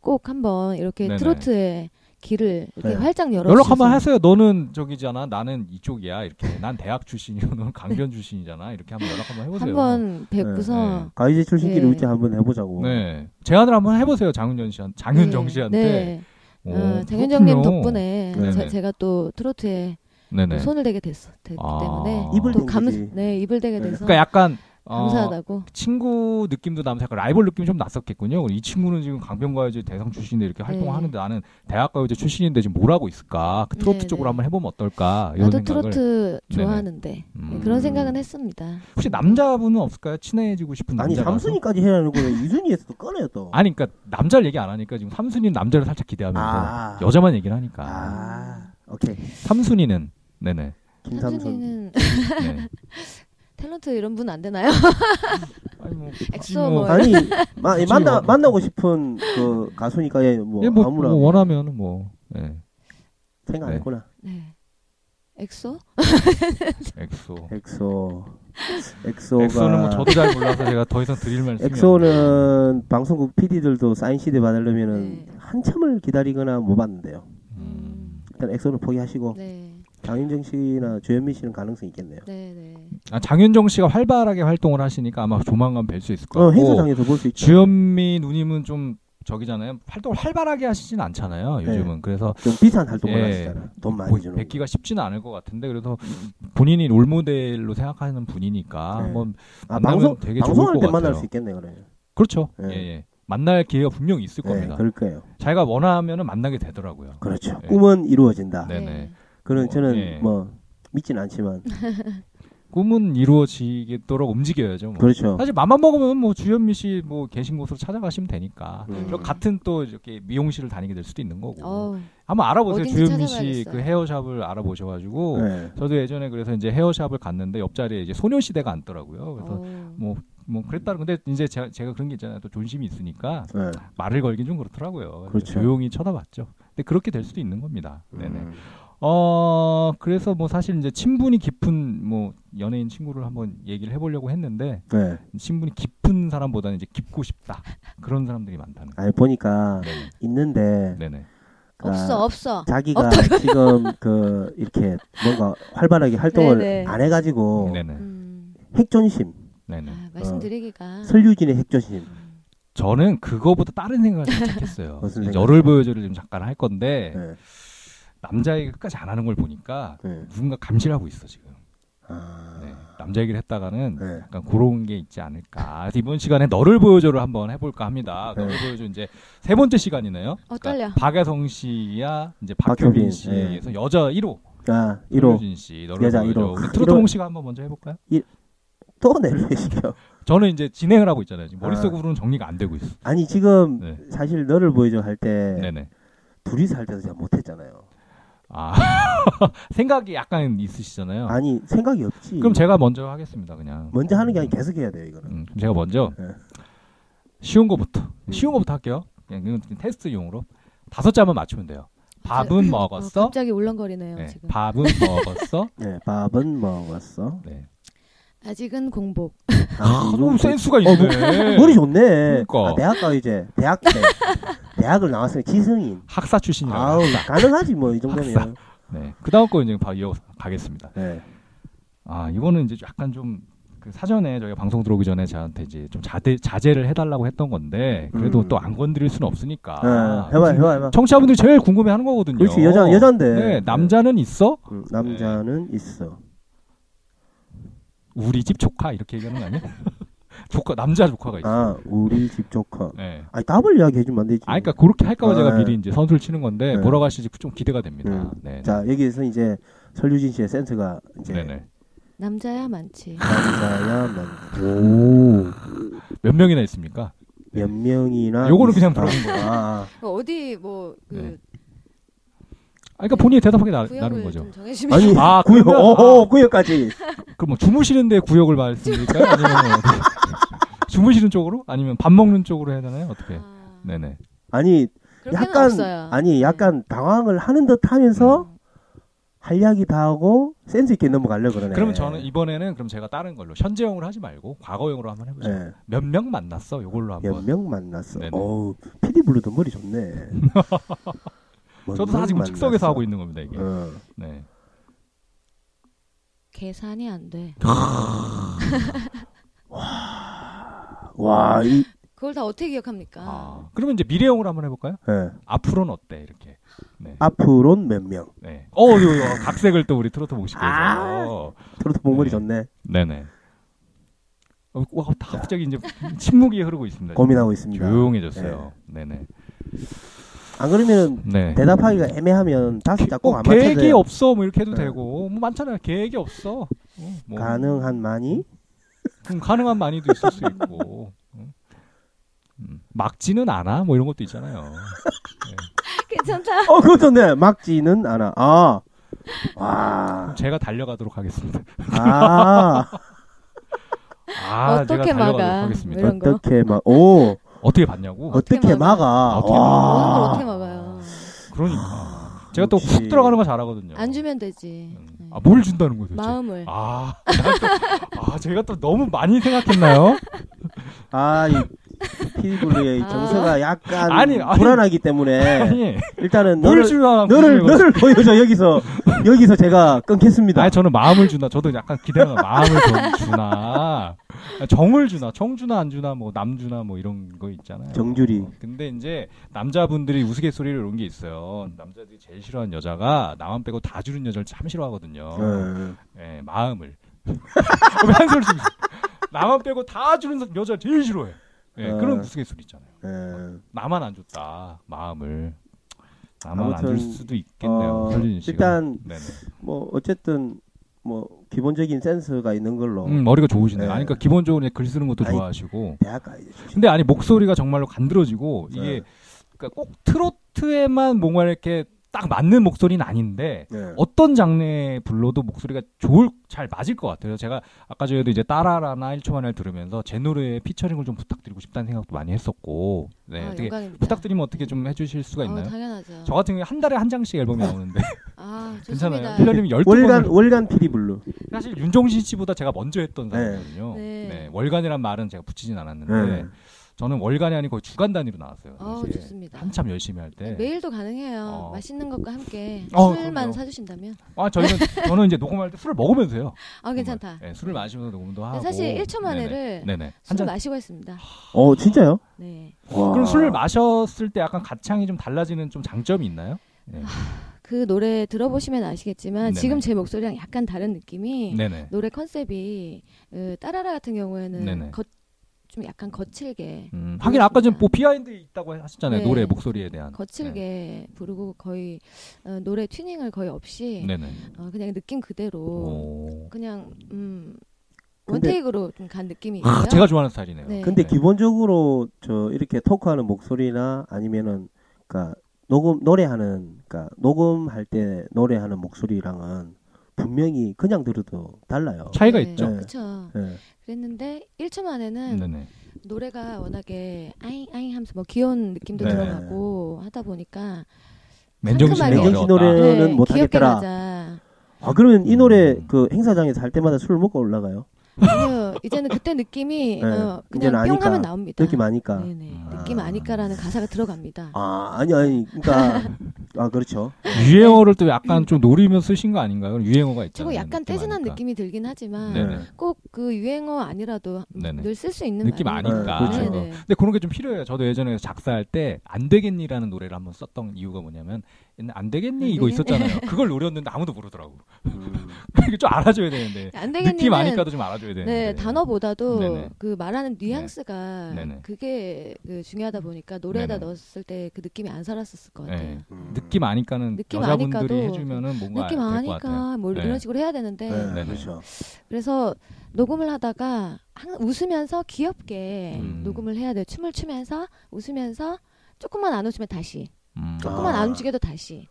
E: 꼭 한번 이렇게
B: 네네.
E: 트로트에 길을 이렇게
C: 네.
E: 활짝 열어
B: 연락 한번 하세요. 너는 저기잖아. 나는 이쪽이야. 이렇게 난 대학 출신이고 너는 강변 출신이잖아. 이렇게 한번 연락 한번 해보세요.
E: 한번
B: 네,
E: 뵙고서
C: 가이제 출신끼리
E: 네.
C: 울지 한번 해보자고.
B: 네 제안을 한번 해보세요. 장윤정 씨한 장윤정
E: 네,
B: 씨한테.
E: 네.
B: 오,
E: 어, 장윤정님
B: 그렇군요.
E: 덕분에
B: 네네.
E: 제- 제가 또 트로트에
B: 네네.
E: 손을 대게 됐어 됐기
B: 아.
E: 때문에
C: 입을
E: 또
C: 댄
E: 감,
C: 거지.
E: 네 입을 대게
C: 네.
E: 돼서
B: 그러니까 약간 어,
E: 감사하다고.
B: 친구 느낌도 나면서 약간 라이벌 느낌이 좀 났었겠군요. 우리 이 친구는 지금 강변가요제 대상 출신인데 이렇게
E: 네.
B: 활동하는데 나는 대학가요제 출신인데 지금 뭘 하고 있을까? 그 트로트
E: 네,
B: 쪽으로
E: 네.
B: 한번 해보면 어떨까? 아, 이런
E: 나도
B: 생각을.
E: 트로트
B: 네네.
E: 좋아하는데 네,
B: 음.
E: 그런 생각은 했습니다.
B: 혹시 남자분은 없을까요? 친해지고 싶은
C: 아니
B: 남자가.
C: 삼순이까지 해라는 거는 유준이에서 또 꺼내요 또.
B: 아니 그러니까 남자를 얘기 안 하니까 지금 삼순이는 남자를 살짝 기대하면서
C: 아.
B: 여자만 얘기를 하니까
C: 아, 오케이.
B: 삼순이는 네네
C: 김삼순.
E: 삼순이는
B: 네.
E: 탤런트 이런 분 안 되나요?
B: 아니 뭐 굳이
E: 엑소
B: 뭐,
E: 뭐
C: 아니 마,
B: 그치,
C: 만나
B: 뭐.
C: 만나고 싶은 그 가수니까 예, 뭐,
B: 예, 뭐,
C: 아무나
B: 뭐 원하면 뭐 예,
C: 생각 안
B: 네.
C: 했구나.
E: 네. 엑소?
B: 엑소
C: 엑소. 엑소가
B: 엑소는 뭐 저도 잘 몰라서 제가 더 이상 드릴 말씀이
C: 엑소는 방송국 PD들도 사인 CD 받으려면은
E: 네.
C: 한참을 기다리거나 못 받는데요.
B: 음.
C: 일단 엑소는 포기하시고
E: 네.
C: 장윤정 씨나 조현미 씨는 가능성 이 있겠네요.
E: 네, 네.
B: 아, 장윤정 씨가 활발하게 활동을 하시니까 아마 조만간 뵐 수 있을 것
C: 어,
B: 같고
C: 행사장에서 볼 수 있죠.
B: 그러니까 뭐 주현미 누님은 좀 저기잖아요 활동을 활발하게 하시진 않잖아요 요즘은 그래서
C: 좀 비싼 활동을
B: 예.
C: 하시잖아. 돈 네. 많이
B: 거의
C: 주는.
B: 뵙기가 쉽지는 않을 것 같은데 그래서 본인이 롤모델로 생각하는 분이니까
C: 네.
B: 한번
C: 아,
B: 만나면
C: 방송
B: 되게 좋을
C: 방송할
B: 것
C: 때 만날
B: 같아요.
C: 수 있겠네 그래요.
B: 그렇죠.
C: 네.
B: 예, 예. 만날 기회가 분명히 있을
C: 예,
B: 겁니다.
C: 그럴 거예요.
B: 자기가 원하면은 만나게 되더라고요.
C: 그렇죠.
B: 네.
C: 꿈은
E: 아,
C: 이루어진다.
B: 네. 네네.
C: 그런
B: 뭐,
C: 저는
B: 예. 뭐.
C: 뭐 믿진 않지만
B: 꿈은 이루어지도록 움직여야죠. 뭐.
C: 그렇죠.
B: 사실 맘만 먹으면 뭐 주현미 씨 뭐 계신 곳으로 찾아가시면 되니까.
C: 음.
B: 저 같은 또 이렇게 미용실을 다니게 될 수도 있는 거고.
E: 어우,
B: 한번 알아보세요.
E: 어딘지
B: 주현미 씨 그
E: 찾아봐야겠어요. 네.
B: 헤어샵을 알아보셔가지고.
C: 예.
B: 저도 예전에 그래서 이제 헤어샵을 갔는데 옆자리에 이제 소녀시대가 앉더라고요. 그래서
E: 어우.
B: 뭐, 뭐 그랬다. 근데 이제 제가, 제가 그런 게 있잖아요. 또 존심이 있으니까
C: 예.
B: 말을 걸긴 좀 그렇더라고요.
C: 그렇죠. 음.
B: 조용히 쳐다봤죠. 근데 그렇게 될 수도 있는 겁니다. 네네. 어 그래서 뭐 사실 이제 친분이 깊은 뭐 연예인 친구를 한번 얘기를 해보려고 했는데
C: 예.
B: 친분이 깊은 사람보다는 이제 깊고 싶다 그런 사람들이 많다는 거.
C: 아니 보니까
B: 네네.
C: 있는데 그러니까
B: 네네.
C: 아.
E: 없어, 없어.
C: 자기가 지금 그 이렇게 뭔가 활발하게 활동을
E: 네네.
C: 안 해가지고
B: 네네.
E: 음.
C: 핵존심,
B: 네네.
E: 아, 말씀드리기가
B: 어,
C: 설유진의 핵존심.
B: 저는 그거보다 다른 생각을 살짝 했어요.
C: 무슨
B: 이제
C: 생각?
B: 열을 보여줘를 좀 잠깐 할 건데
C: 예.
B: 남자에게 끝까지 안 하는 걸 보니까
C: 예.
B: 누군가 감시하고 를 있어 지금.
C: 아,
B: 네. 남자 얘기를 했다가는
C: 네.
B: 약간 그런 게 있지 않을까. 그래서 이번 시간에 너를 보여줘를 한번 해볼까 합니다.
C: 네.
B: 너를 보여줘 이제 세 번째 시간이네요. 그러니까
E: 어, 떨려.
B: 박여성 씨야 이제
C: 박효빈, 네.
B: 박효빈 씨에서 여자 1호,
C: 아,
B: 로
C: 1호
B: 효진 씨, 너를
C: 여자
B: 보여줘.
C: 1호.
B: 우리
C: 일 호.
B: 트로트몽 씨가 한번 먼저 해볼까요?
C: 또 내를 왜 시켜?
B: 저는 이제 진행을 하고 있잖아요. 지금
C: 아.
B: 머릿속으로는 정리가 안 되고 있어.
C: 아니 지금
B: 네.
C: 사실 너를 보여줘 할 때
B: 네네.
C: 둘이서 할 때도 잘 못했잖아요.
B: 아 생각이 약간 있으시잖아요.
C: 아니 생각이 없지.
B: 그럼 제가 먼저 하겠습니다. 그냥
C: 먼저 하는 게 아니라 계속 해야 돼요 이거는.
B: 음, 그럼 제가 먼저
C: 네.
B: 쉬운 거부터 쉬운 거부터 할게요. 예, 그냥 이건 그냥 테스트용으로 다섯 자만 맞추면 돼요. 밥은
E: 어,
B: 먹었어.
E: 갑자기 울렁거리네요,
B: 네,
E: 지금.
B: 밥은 먹었어.
C: 네, 밥은 먹었어.
B: 네.
E: 아직은 공복.
C: 아,
B: 아,
C: 이거
B: 뭐 센스가
C: 뭐-
B: 있네.
C: 머리 좋네.
B: 그러니까.
C: 아, 대학가 이제 대학 때 대학을 나왔으니 지성인.
B: 학사 출신이라고.
C: 아우 가능하지 뭐 이 정도면.
B: 네. 그 다음 거 이제 바로 이어 가겠습니다.
C: 네.
B: 아, 이거는 이제 약간 좀, 그 사전에 저희가 방송 들어오기 전에 저한테 이제 좀 자제, 자제를 해달라고 했던 건데, 그래도
C: 음.
B: 또 안 건드릴 수는 없으니까.
C: 네, 해봐 해봐 해봐.
B: 청취자분들이 제일 궁금해 하는 거거든요.
C: 그렇지 여자 여잔데.
B: 네, 남자는 네. 있어?
C: 음, 남자는 있어.
B: 우리 집 조카? 이렇게 얘기하는 거 아니야? 조카, 남자 조카가 있어.
C: 아 우리 집 조카.
B: 네.
C: 아니 답을 이야기해주면 안 되지.
B: 아, 그러니까 그렇게 할까봐
C: 아,
B: 제가
C: 네.
B: 미리 이제 선수를 치는 건데,
C: 네.
B: 뭐라고 하실지 좀 기대가 됩니다.
C: 음.
B: 네.
C: 자 여기에서 이제 설유진 씨의 센스가 이제
B: 네네.
E: 남자야 많지.
C: 남자야만
B: 오. 몇 명이나 있습니까? 아,
C: 몇 명이나.
B: 요거는 그냥
C: 있다.
B: 물어본
C: 아, 아,
E: 뭐 어디 뭐그
B: 네. 아, 그러니까 본인이 대답하기 나, 나는
E: 구역을
B: 거죠.
E: 좀
C: 아.
E: 정해주면
C: 아니
B: 아,
C: 구역
B: 그러면-
C: 어,
B: 아.
C: 어 구역까지.
B: 그럼 뭐 주무시는데 구역을 말씀드릴까요? 아니면 뭐 주무시는 쪽으로? 아니면 밥 먹는 쪽으로 해야 되나요? 어떻게?
E: 아,
B: 네네.
C: 아니
E: 그렇게는
C: 약간
E: 없어요. 네. 음.
C: 아니 약간 당황을 하는 듯하면서 할 이야기 다 하고 센스 있게 넘어가려 그러네.
B: 그러면 저는 이번에는 그럼 제가 다른 걸로 현재형으로 하지 말고 과거형으로 한번 해보죠.
C: 네.
B: 몇 명 만났어? 요걸로 한번.
C: 몇 명 만났어.
B: 네네.
C: 어우, 피디 블루도 머리 좋네. 뭐
B: 저도 다 지금
C: 만났어.
B: 즉석에서 하고 있는 겁니다 이게.
C: 어.
B: 네.
E: 계산이 안 돼.
C: 와, 이,
E: 그걸 다 어떻게 기억합니까?
B: 아, 그러면 이제 미래형으로 한번 해볼까요?
C: 예.
B: 앞으로는 어때 이렇게. 네.
C: 앞으론 몇 명.
B: 네. 어, 요, 요, 각색을 또 우리 트로트 몽식에서.
C: 아. 트로트
B: 네.
C: 목머리 좋네.
B: 네네. 어, 와, 다 갑자기 이제 침묵이 흐르고 있습니다.
C: 고민하고 있습니다.
B: 조용해졌어요. 네. 네
C: 안 그러면
B: 네.
C: 대답하기가 애매하면 다섯 짝꼭
B: 뭐
C: 안
B: 계획이
C: 맞춰도
B: 없어 뭐 이렇게 해도
C: 네.
B: 되고 뭐 많잖아요. 계획이 없어. 어, 뭐
C: 가능한 많이
B: 음, 가능한 많이도 있을 수 있고. 음. 음, 막지는 않아 뭐 이런 것도 있잖아요.
E: 괜찮다.
C: 어, 그거 좋네. 막지는 않아. 아. 와.
B: 제가 달려가도록 하겠습니다.
C: 아.
B: 아, 제가
E: 어떻게
B: 달려가도록
E: 막아?
B: 하겠습니다.
E: 이런 거?
C: 어떻게 막, 오.
B: 어떻게 봤냐고?
C: 어떻게,
E: 어떻게
C: 막아.
B: 막아? 어떻게
E: 먹는 걸
B: 막아?
E: 어떻게 막아요?
B: 그러니까 제가 또
C: 아, 그렇지.
B: 훅 들어가는 거 잘하거든요.
E: 안 주면 되지. 네.
B: 아, 뭘 준다는 거죠? 대체?
E: 마음을.
B: 아, 난 또- 아, 제가 또 너무 많이 생각했나요?
C: 아, 이 피디블루의
E: 아.
C: 정서가 약간
B: 아니, 아니.
C: 불안하기 때문에
B: 아니, 뭘
C: 일단은 네. 너를
B: 주나?
C: 너를
B: 궁금해가지고.
C: 너를 보여줘 여기서 여기서 제가 끊겠습니다.
B: 아니, 저는 마음을 주나. 저도 약간 기대하는 거야. 마음을 좀 주나. 아, 정을 주나. 정 주나 안 주나 뭐 남 주나 뭐 이런 거 있잖아요.
C: 정주리.
B: 어, 근데 이제 남자분들이 우스갯소리를 이런 게 있어요. 남자들이 제일 싫어하는 여자가 나만 빼고 다 주는 여자를 참 싫어하거든요.
C: 어.
B: 예, 마음을. 왜한 소리 지금 나만 빼고 다 주는 여자 제일 싫어해. 예,
C: 어.
B: 그런 우스갯소리 있잖아요.
C: 예.
B: 나만 안 줬다. 마음을. 나만 안
C: 아무튼,
B: 줄 수도 있겠네요.
C: 어,
B: 설린 씨가.
C: 일단
B: 네네.
C: 뭐 어쨌든 뭐 기본적인 센스가 있는 걸로
B: 음, 머리가 좋으시네요.
C: 네.
B: 아니, 그러니까 기본적으로 글 쓰는 것도
C: 아니,
B: 좋아하시고.
C: 대학 가야죠.
B: 근데 아니 목소리가 정말로 간드러지고 이게
C: 네.
B: 그러니까 꼭 트로트에만 뭔가 이렇게 딱 맞는 목소리는 아닌데
C: 네.
B: 어떤 장르에 불러도 목소리가 좋을 잘 맞을 것 같아요. 제가 아까 전에도 이제 따라라나 1초 만에 들으면서 제 노래에 피처링을 좀 부탁드리고 싶다는 생각도 많이 했었고. 네.
E: 아,
B: 어떻게
E: 영광입니다.
B: 부탁드리면 어떻게 좀 해주실 수가
E: 어,
B: 있나요?
E: 당연하죠.
B: 저 같은 경우 한 달에 한 장씩 앨범이 나오는데
E: 아, 좋습니다.
B: 괜찮아요. 1년이면 12번.
C: 월간
B: 을
C: 월간 피디블루.
B: 사실 윤종신 씨보다 제가 먼저 했던
C: 네.
B: 사람이거든요.
E: 네.
B: 네. 월간이란 말은 제가 붙이진 않았는데
C: 네.
B: 저는 월간이 아닌 거의 주간 단위로 나왔어요.
E: 아,
B: 당시에.
E: 좋습니다. 네,
B: 한참 열심히 할 때.
E: 메일도 가능해요.
B: 어.
E: 맛있는 것과 함께
B: 어,
E: 술만
B: 그럼요.
E: 사주신다면.
B: 아, 저희는 저는 이제 녹음할 때 술을 먹으면서 해요.
E: 아, 괜찮다.
B: 네, 술을 마시면서 녹음도
E: 근데
B: 하고.
E: 사실 1초 만에를
B: 네네. 한
E: 술을
B: 잔.
E: 마시고 했습니다.
C: 어 진짜요?
E: 네.
C: 와.
B: 그럼 술을 마셨을 때 약간 가창이 좀 달라지는 좀 장점이 있나요? 네.
E: 그 노래 들어보시면 아시겠지만
B: 네네.
E: 지금 제 목소리랑 약간 다른 느낌이
B: 네네.
E: 노래 컨셉이 으, 따라라 같은 경우에는
B: 네네.
E: 거, 좀 약간 거칠게
B: 음, 하긴 아까
E: 그렇습니다.
B: 전에 뭐 비하인드 있다고 하셨잖아요.
E: 네.
B: 노래 목소리에 대한.
E: 거칠게
B: 네.
E: 부르고 거의 어, 노래 튜닝을 거의 없이
B: 네네.
E: 어, 그냥 느낌 그대로
B: 오.
E: 그냥 음,
C: 근데-
E: 원테이크로 좀 간 느낌이 있고요.
B: 아, 제가 좋아하는 스타일이네요.
E: 네.
C: 근데
B: 네.
C: 기본적으로 저 이렇게 토크하는 목소리나 아니면은 그니까 녹음 노래하는 그니까 녹음할 때 노래하는 목소리랑은 분명히 그냥 들어도 달라요.
B: 차이가
E: 네,
B: 있죠.
C: 네.
E: 그쵸.
C: 예.
E: 그랬는데 1초 만에는
B: 네네.
E: 노래가 워낙에 아잉 아잉 하면서 뭐 귀여운 느낌도
B: 네.
E: 들어가고 하다 보니까
B: 맨정신이
E: 상큼하게.
B: 어려웠다.
C: 맨정신 노래- 그거는 못
E: 귀엽게
C: 하겠더라.
E: 가자.
C: 아 그러면 이 노래
B: 음.
C: 그 행사장에서 할 때마다 술을 먹고 올라가요?
E: 아니요, 이제는 그때 느낌이
C: 네,
E: 어,
C: 이제는
E: 그냥 뿅
C: 아니까.
E: 하면 나옵니다.
C: 느낌 아니까.
E: 네네,
B: 아.
E: 느낌 아니까라는 가사가 들어갑니다.
C: 아 아니 아니 그러니까 아 그렇죠.
B: 유행어를 또 약간 좀 노리면 쓰신 거 아닌가요? 유행어가 있잖아요.
E: 저거 음. 약간
B: 네, 느낌
E: 떼진한
B: 아니까.
E: 느낌이 들긴 하지만
B: 네네.
E: 꼭 그 유행어 아니라도
B: 네네.
E: 늘 쓸 수 있는
B: 느낌
E: 말이니까.
B: 아니까.
C: 네, 그렇죠.
E: 네네.
B: 근데 그런 게 좀 필요해요. 저도 예전에 작사할 때 안 되겠니라는 노래를 한번 썼던 이유가 뭐냐면 옛날에 안 되겠니 이거 있었잖아요. 그걸 노렸는데 아무도 모르더라고.
C: 음,
B: 이게 좀 알아줘야 되는데
E: 안
B: 느낌
E: 되겠니는
B: 아니까도 좀 알아줘야 되는데.
E: 네, 단어보다도
B: 네네.
E: 그 말하는 뉘앙스가
B: 네네.
E: 그게 그 중요하다 보니까 노래에다
B: 네네.
E: 넣었을 때 그 느낌이 안 살았었을 것 같아요.
B: 네.
C: 음.
B: 느낌 아니까는
E: 느낌
B: 여자분들이
E: 아니까도
B: 해주면은 뭔가 될
E: 느낌
B: 것 같아요.
E: 아니까 뭘
B: 네.
E: 이런 식으로 해야 되는데
C: 네,
B: 네네.
C: 그렇죠.
E: 그래서 녹음을 하다가 항- 웃으면서 귀엽게
B: 음.
E: 녹음을 해야 돼요. 춤을 추면서 웃으면서 조금만 안 웃으면 다시
B: 음.
E: 조금만
C: 아.
E: 안 움직여도 다시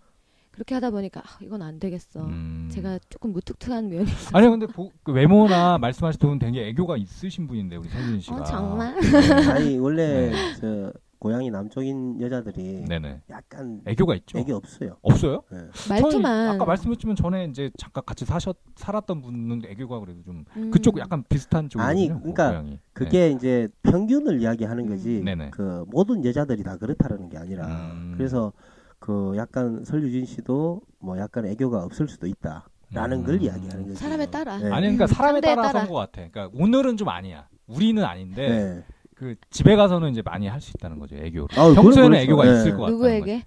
E: 그렇게 하다 보니까 아, 이건 안 되겠어.
B: 음.
E: 제가 조금 무뚝뚝한 면이 있어서
B: 아니 근데 보- 그 외모나 말씀하신 분 되게 애교가 있으신 분인데 우리 성진 씨가.
E: 어, 정말
C: 아니 원래 저 고향이 남쪽인 여자들이
B: 네. 네네.
C: 약간
B: 애교가 있죠.
C: 애기 없어요.
B: 없어요?
C: 예.
E: 말투만
B: 저희 아까 말씀했지만 전에 이제 잠깐 같이 사셨 살았던 분은 애교가 그래도 좀
E: 음.
B: 그쪽 약간 비슷한 쪽이거든요.
C: 아니, 그러니까
B: 고양이.
C: 그게 이제 평균을 이야기하는 거지.
B: 네. 음. 네네.
C: 그 모든 여자들이 다 그렇다라는 게 아니라.
B: 음.
C: 그래서 그 약간 설유진 씨도 뭐 약간 애교가 없을 수도 있다라는
B: 음.
C: 걸 이야기하는 거죠.
E: 사람에 따라.
C: 네.
B: 아니 그러니까 사람에
E: 음, 상대에
B: 따라서인
E: 따라.
B: 것 같아. 그러니까 오늘은 좀 아니야. 우리는 아닌데
C: 네.
B: 그 집에 가서는 이제 많이 할 수 있다는 거죠 애교.
C: 아우, 그건
B: 평소에는
C: 그렇죠.
B: 애교가
C: 네.
B: 있을 것 같아.
E: 누구에게?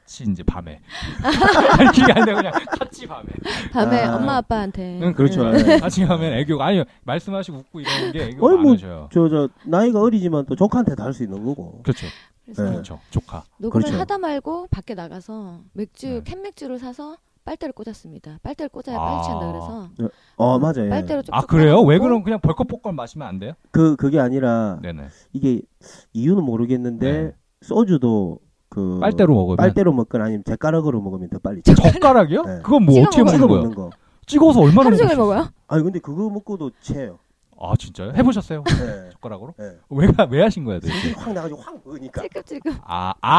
B: 같이 이제 밤에. 아니, 그게 아니라 그냥 같이 밤에.
E: 밤에
C: 아.
E: 엄마 아빠한테.
B: 응 그렇죠.
C: 네.
B: 같이 가면 애교가 아니요 말씀하시고 웃고 이러는 게 애교가
C: 어이, 뭐.
B: 많으셔요.
C: 저, 저, 나이가 어리지만 또 조카한테도 할 수 있는 거고.
B: 그렇죠.
E: 그래서
C: 네.
B: 그렇죠. 조카.
E: 녹음을
C: 그렇죠.
E: 하다 말고 밖에 나가서 맥주
B: 네.
E: 캔 맥주를 사서 빨대를 꽂았습니다. 빨대를 꽂아야
B: 아.
E: 빨리 취한다 그래서
C: 어, 맞아요. 예.
E: 음. 빨대로 쭉쭉 어?
B: 아 그래요? 왜
E: 빨아먹고
B: 그럼 그냥 벌컥벌컥 마시면 안 돼요?
C: 그, 그게 아니라,
B: 네네.
C: 이게 이유는 모르겠는데,
B: 네.
C: 소주도 그.
B: 빨대로 먹으면.
C: 빨대로 먹건 아니면 젓가락으로 먹으면 더 빨리.
B: 젓가락이요?
C: 네.
B: 그건 뭐
E: 찍어
B: 어떻게 먹는
E: 먹어요.
C: 찍어
B: 거야?
C: 먹는 거.
B: 찍어서 얼마나
E: 하루
B: 먹을
E: 종일
B: 수 있어요?
E: 먹어요?
C: 아니, 근데 그거 먹고도 체요.
B: 아 진짜요? 해보셨어요?
C: 예.
B: 젓가락으로?
C: 예.
B: 왜, 가- 왜 하신 거예요 도대체?
C: 네. 확 나가지고 확 먹으니까.
E: 찔끔찔끔.
B: 아, 아,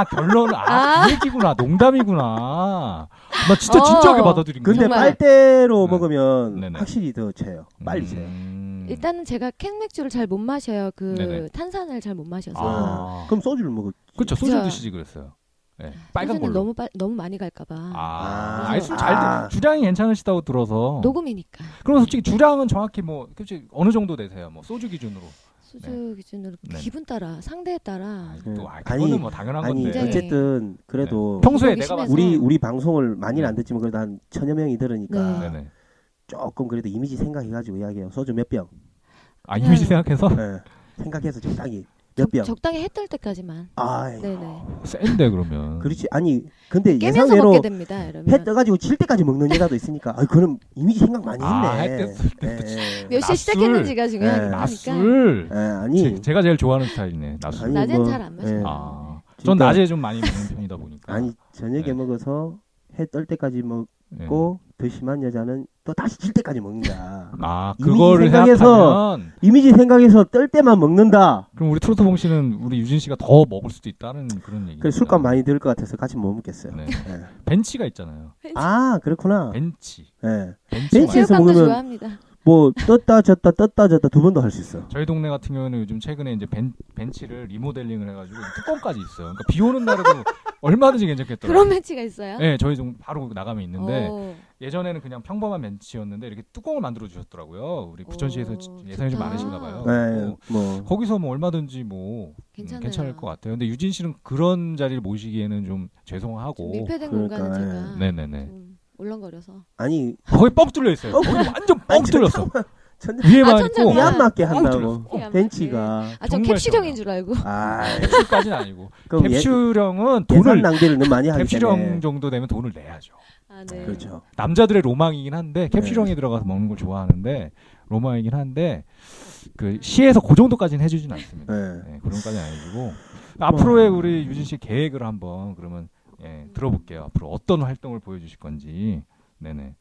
B: 아, 결론은, 아,
E: 아.
B: 그 얘기구나. 농담이구나. 나 진짜
E: 어.
B: 진지하게 받아들인 거야.
C: 근데
E: 정말.
C: 빨대로
B: 네.
C: 먹으면
B: 네네.
C: 확실히 더 체요. 빨리 체요.
B: 음.
E: 일단은 제가 캔 맥주를 잘 못 마셔요. 그
B: 네네.
E: 탄산을 잘 못 마셔서.
B: 아.
C: 그럼 소주를 먹을.
B: 그쵸, 소주
E: 그쵸.
B: 드시지 그랬어요. 예, 빨간
E: 소주는
B: 걸로.
E: 너무 빨- 너무 많이 갈까봐.
B: 아,
C: 아.
B: 아니, 술잘
C: 아.
B: 드, 주량이 괜찮으시다고 들어서.
E: 녹음이니까
B: 그럼 솔직히 주량은 정확히 뭐, 솔직히 어느 정도 되세요? 뭐, 소주 기준으로.
E: 소주 기준으로
B: 네네.
E: 기분 따라 상대에 따라
B: 아니,
C: 음.
B: 또, 아,
C: 아니,
B: 그거는 뭐 당연한
C: 아니
B: 건데. 네.
E: 굉장히-
C: 어쨌든 그래도
B: 평소에
E: 기록이
B: 내가
E: 심해서.
B: 봤을
C: 우리 우리 방송을 많이는 안 듣지만 그래도 한 천여 명이
B: 때.
C: 들으니까
E: 네.
B: 네네.
C: 조금 그래도 이미지 생각해가지고 이야기해요. 소주 몇 병.
B: 아, 이미지 생각해서?
C: 예. 생각해서 적당히 몇 병.
E: 적당히 해뜰 때까지만.
C: 아,
E: 네네.
B: 센데, 그러면.
C: 그렇지. 아니 근데
E: 깨면서
C: 예상대로
E: 먹게 됩니다. 이러면
C: 해 떠가지고 질 때까지 먹는 여자도 있으니까. 아, 그럼 이미지 생각 많이 했네.
B: 아, 해 떴을 때부터
C: 예, 예.
B: 낮술. 네,
E: 몇 시에 시작했는지가 중요하니까.
B: 낮술.
C: 예, 아니.
E: 그러니까.
B: 제- 제가 제일 좋아하는 스타일이네, 낮술.
C: 아니,
E: 낮엔
C: 뭐,
E: 잘안 마셔요.
C: 예.
B: 아,
C: 진짜-
B: 전 낮에 좀 많이 먹는 편이다 보니까.
C: 아니 저녁에
B: 네.
C: 먹어서 해 뜰 때까지 먹고
B: 예.
C: 더 심한 여자는 또 다시 질 때까지 먹는다.
B: 아,
C: 이미지
B: 그거를
C: 생각해서-
B: 생각하면
C: 이미지 생각해서 뜰 때만 먹는다.
B: 그럼 우리 트로트 봉 씨는 우리 유진 씨가 더 먹을 수도 있다는 그런 얘기.
C: 그래 술값 많이 들 것 같아서 같이 못 먹겠어요.
B: 음. 네.
C: 예.
B: 벤치가 있잖아요.
C: 아 그렇구나.
B: 벤치.
C: 예.
B: 벤치.
C: 벤치에서
B: 와인.
C: 벤치에서
E: 체육관도
C: 먹으면-
E: 좋아합니다.
C: 뭐 떴다 졌다 떴다 졌다 두 번도 할 수 있어.
B: 저희 동네 같은 경우에는 요즘 최근에 이제 벤, 벤치를 리모델링을 해가지고 뚜껑까지 있어요. 그러니까 비 오는 날에도 얼마든지 괜찮겠더라고요.
E: 그런 매치가 있어요?
B: 네, 저희 동 바로 나가면 있는데
E: 어,
B: 예전에는 그냥 평범한 벤치였는데 이렇게 뚜껑을 만들어 주셨더라고요. 우리 부천시에서
E: 오,
B: 예산이 좀
E: 좋다.
B: 많으신가 봐요.
C: 예.
B: 뭐
C: 뭐
B: 거기서 뭐 얼마든지 뭐
E: 괜찮아요.
B: 음, 괜찮을 것 같아요. 근데 유진 씨는 그런 자리를 모시기에는 좀
E: 좀
B: 죄송하고.
E: 밀폐된
C: 그러니까,
E: 공간은
C: 예.
E: 제가
B: 네네네.
E: 좀 울렁거려서
C: 아니
B: 거의 뻥 뚫려 있어요.
C: 어,
B: 거의 완전 뻥
C: 아니,
B: 뚫렸어.
C: 천
B: 위에만
E: 아,
B: 있고
E: 천장이
C: 안 맞게
B: 뻥
C: 한다고.
B: 뚫렸어.
E: 어,
C: 벤치가
E: 아, 저
B: 정말
E: 캡슐형인 줄 알고
C: 아
B: 캡슐까지는 아니고
C: 그럼 예,
B: 캡슐형은
C: 예산
B: 돈을
C: 낭비를 너무 많이 하기 때문에
B: 캡슐형 정도 되면 돈을 내야죠.
E: 아, 네.
C: 그렇죠.
B: 남자들의 로망이긴 한데
C: 네.
B: 캡슐형에 들어가서 먹는 걸 좋아하는데 로망이긴 한데 그 시에서 그 정도까지는 해주진 않습니다.
C: 예.
B: 네, 그런까지는 아니고 음. 앞으로의 우리 유진 씨 계획을 한번 그러면 예, 들어볼게요. 앞으로 어떤 활동을 보여주실 건지. 네네.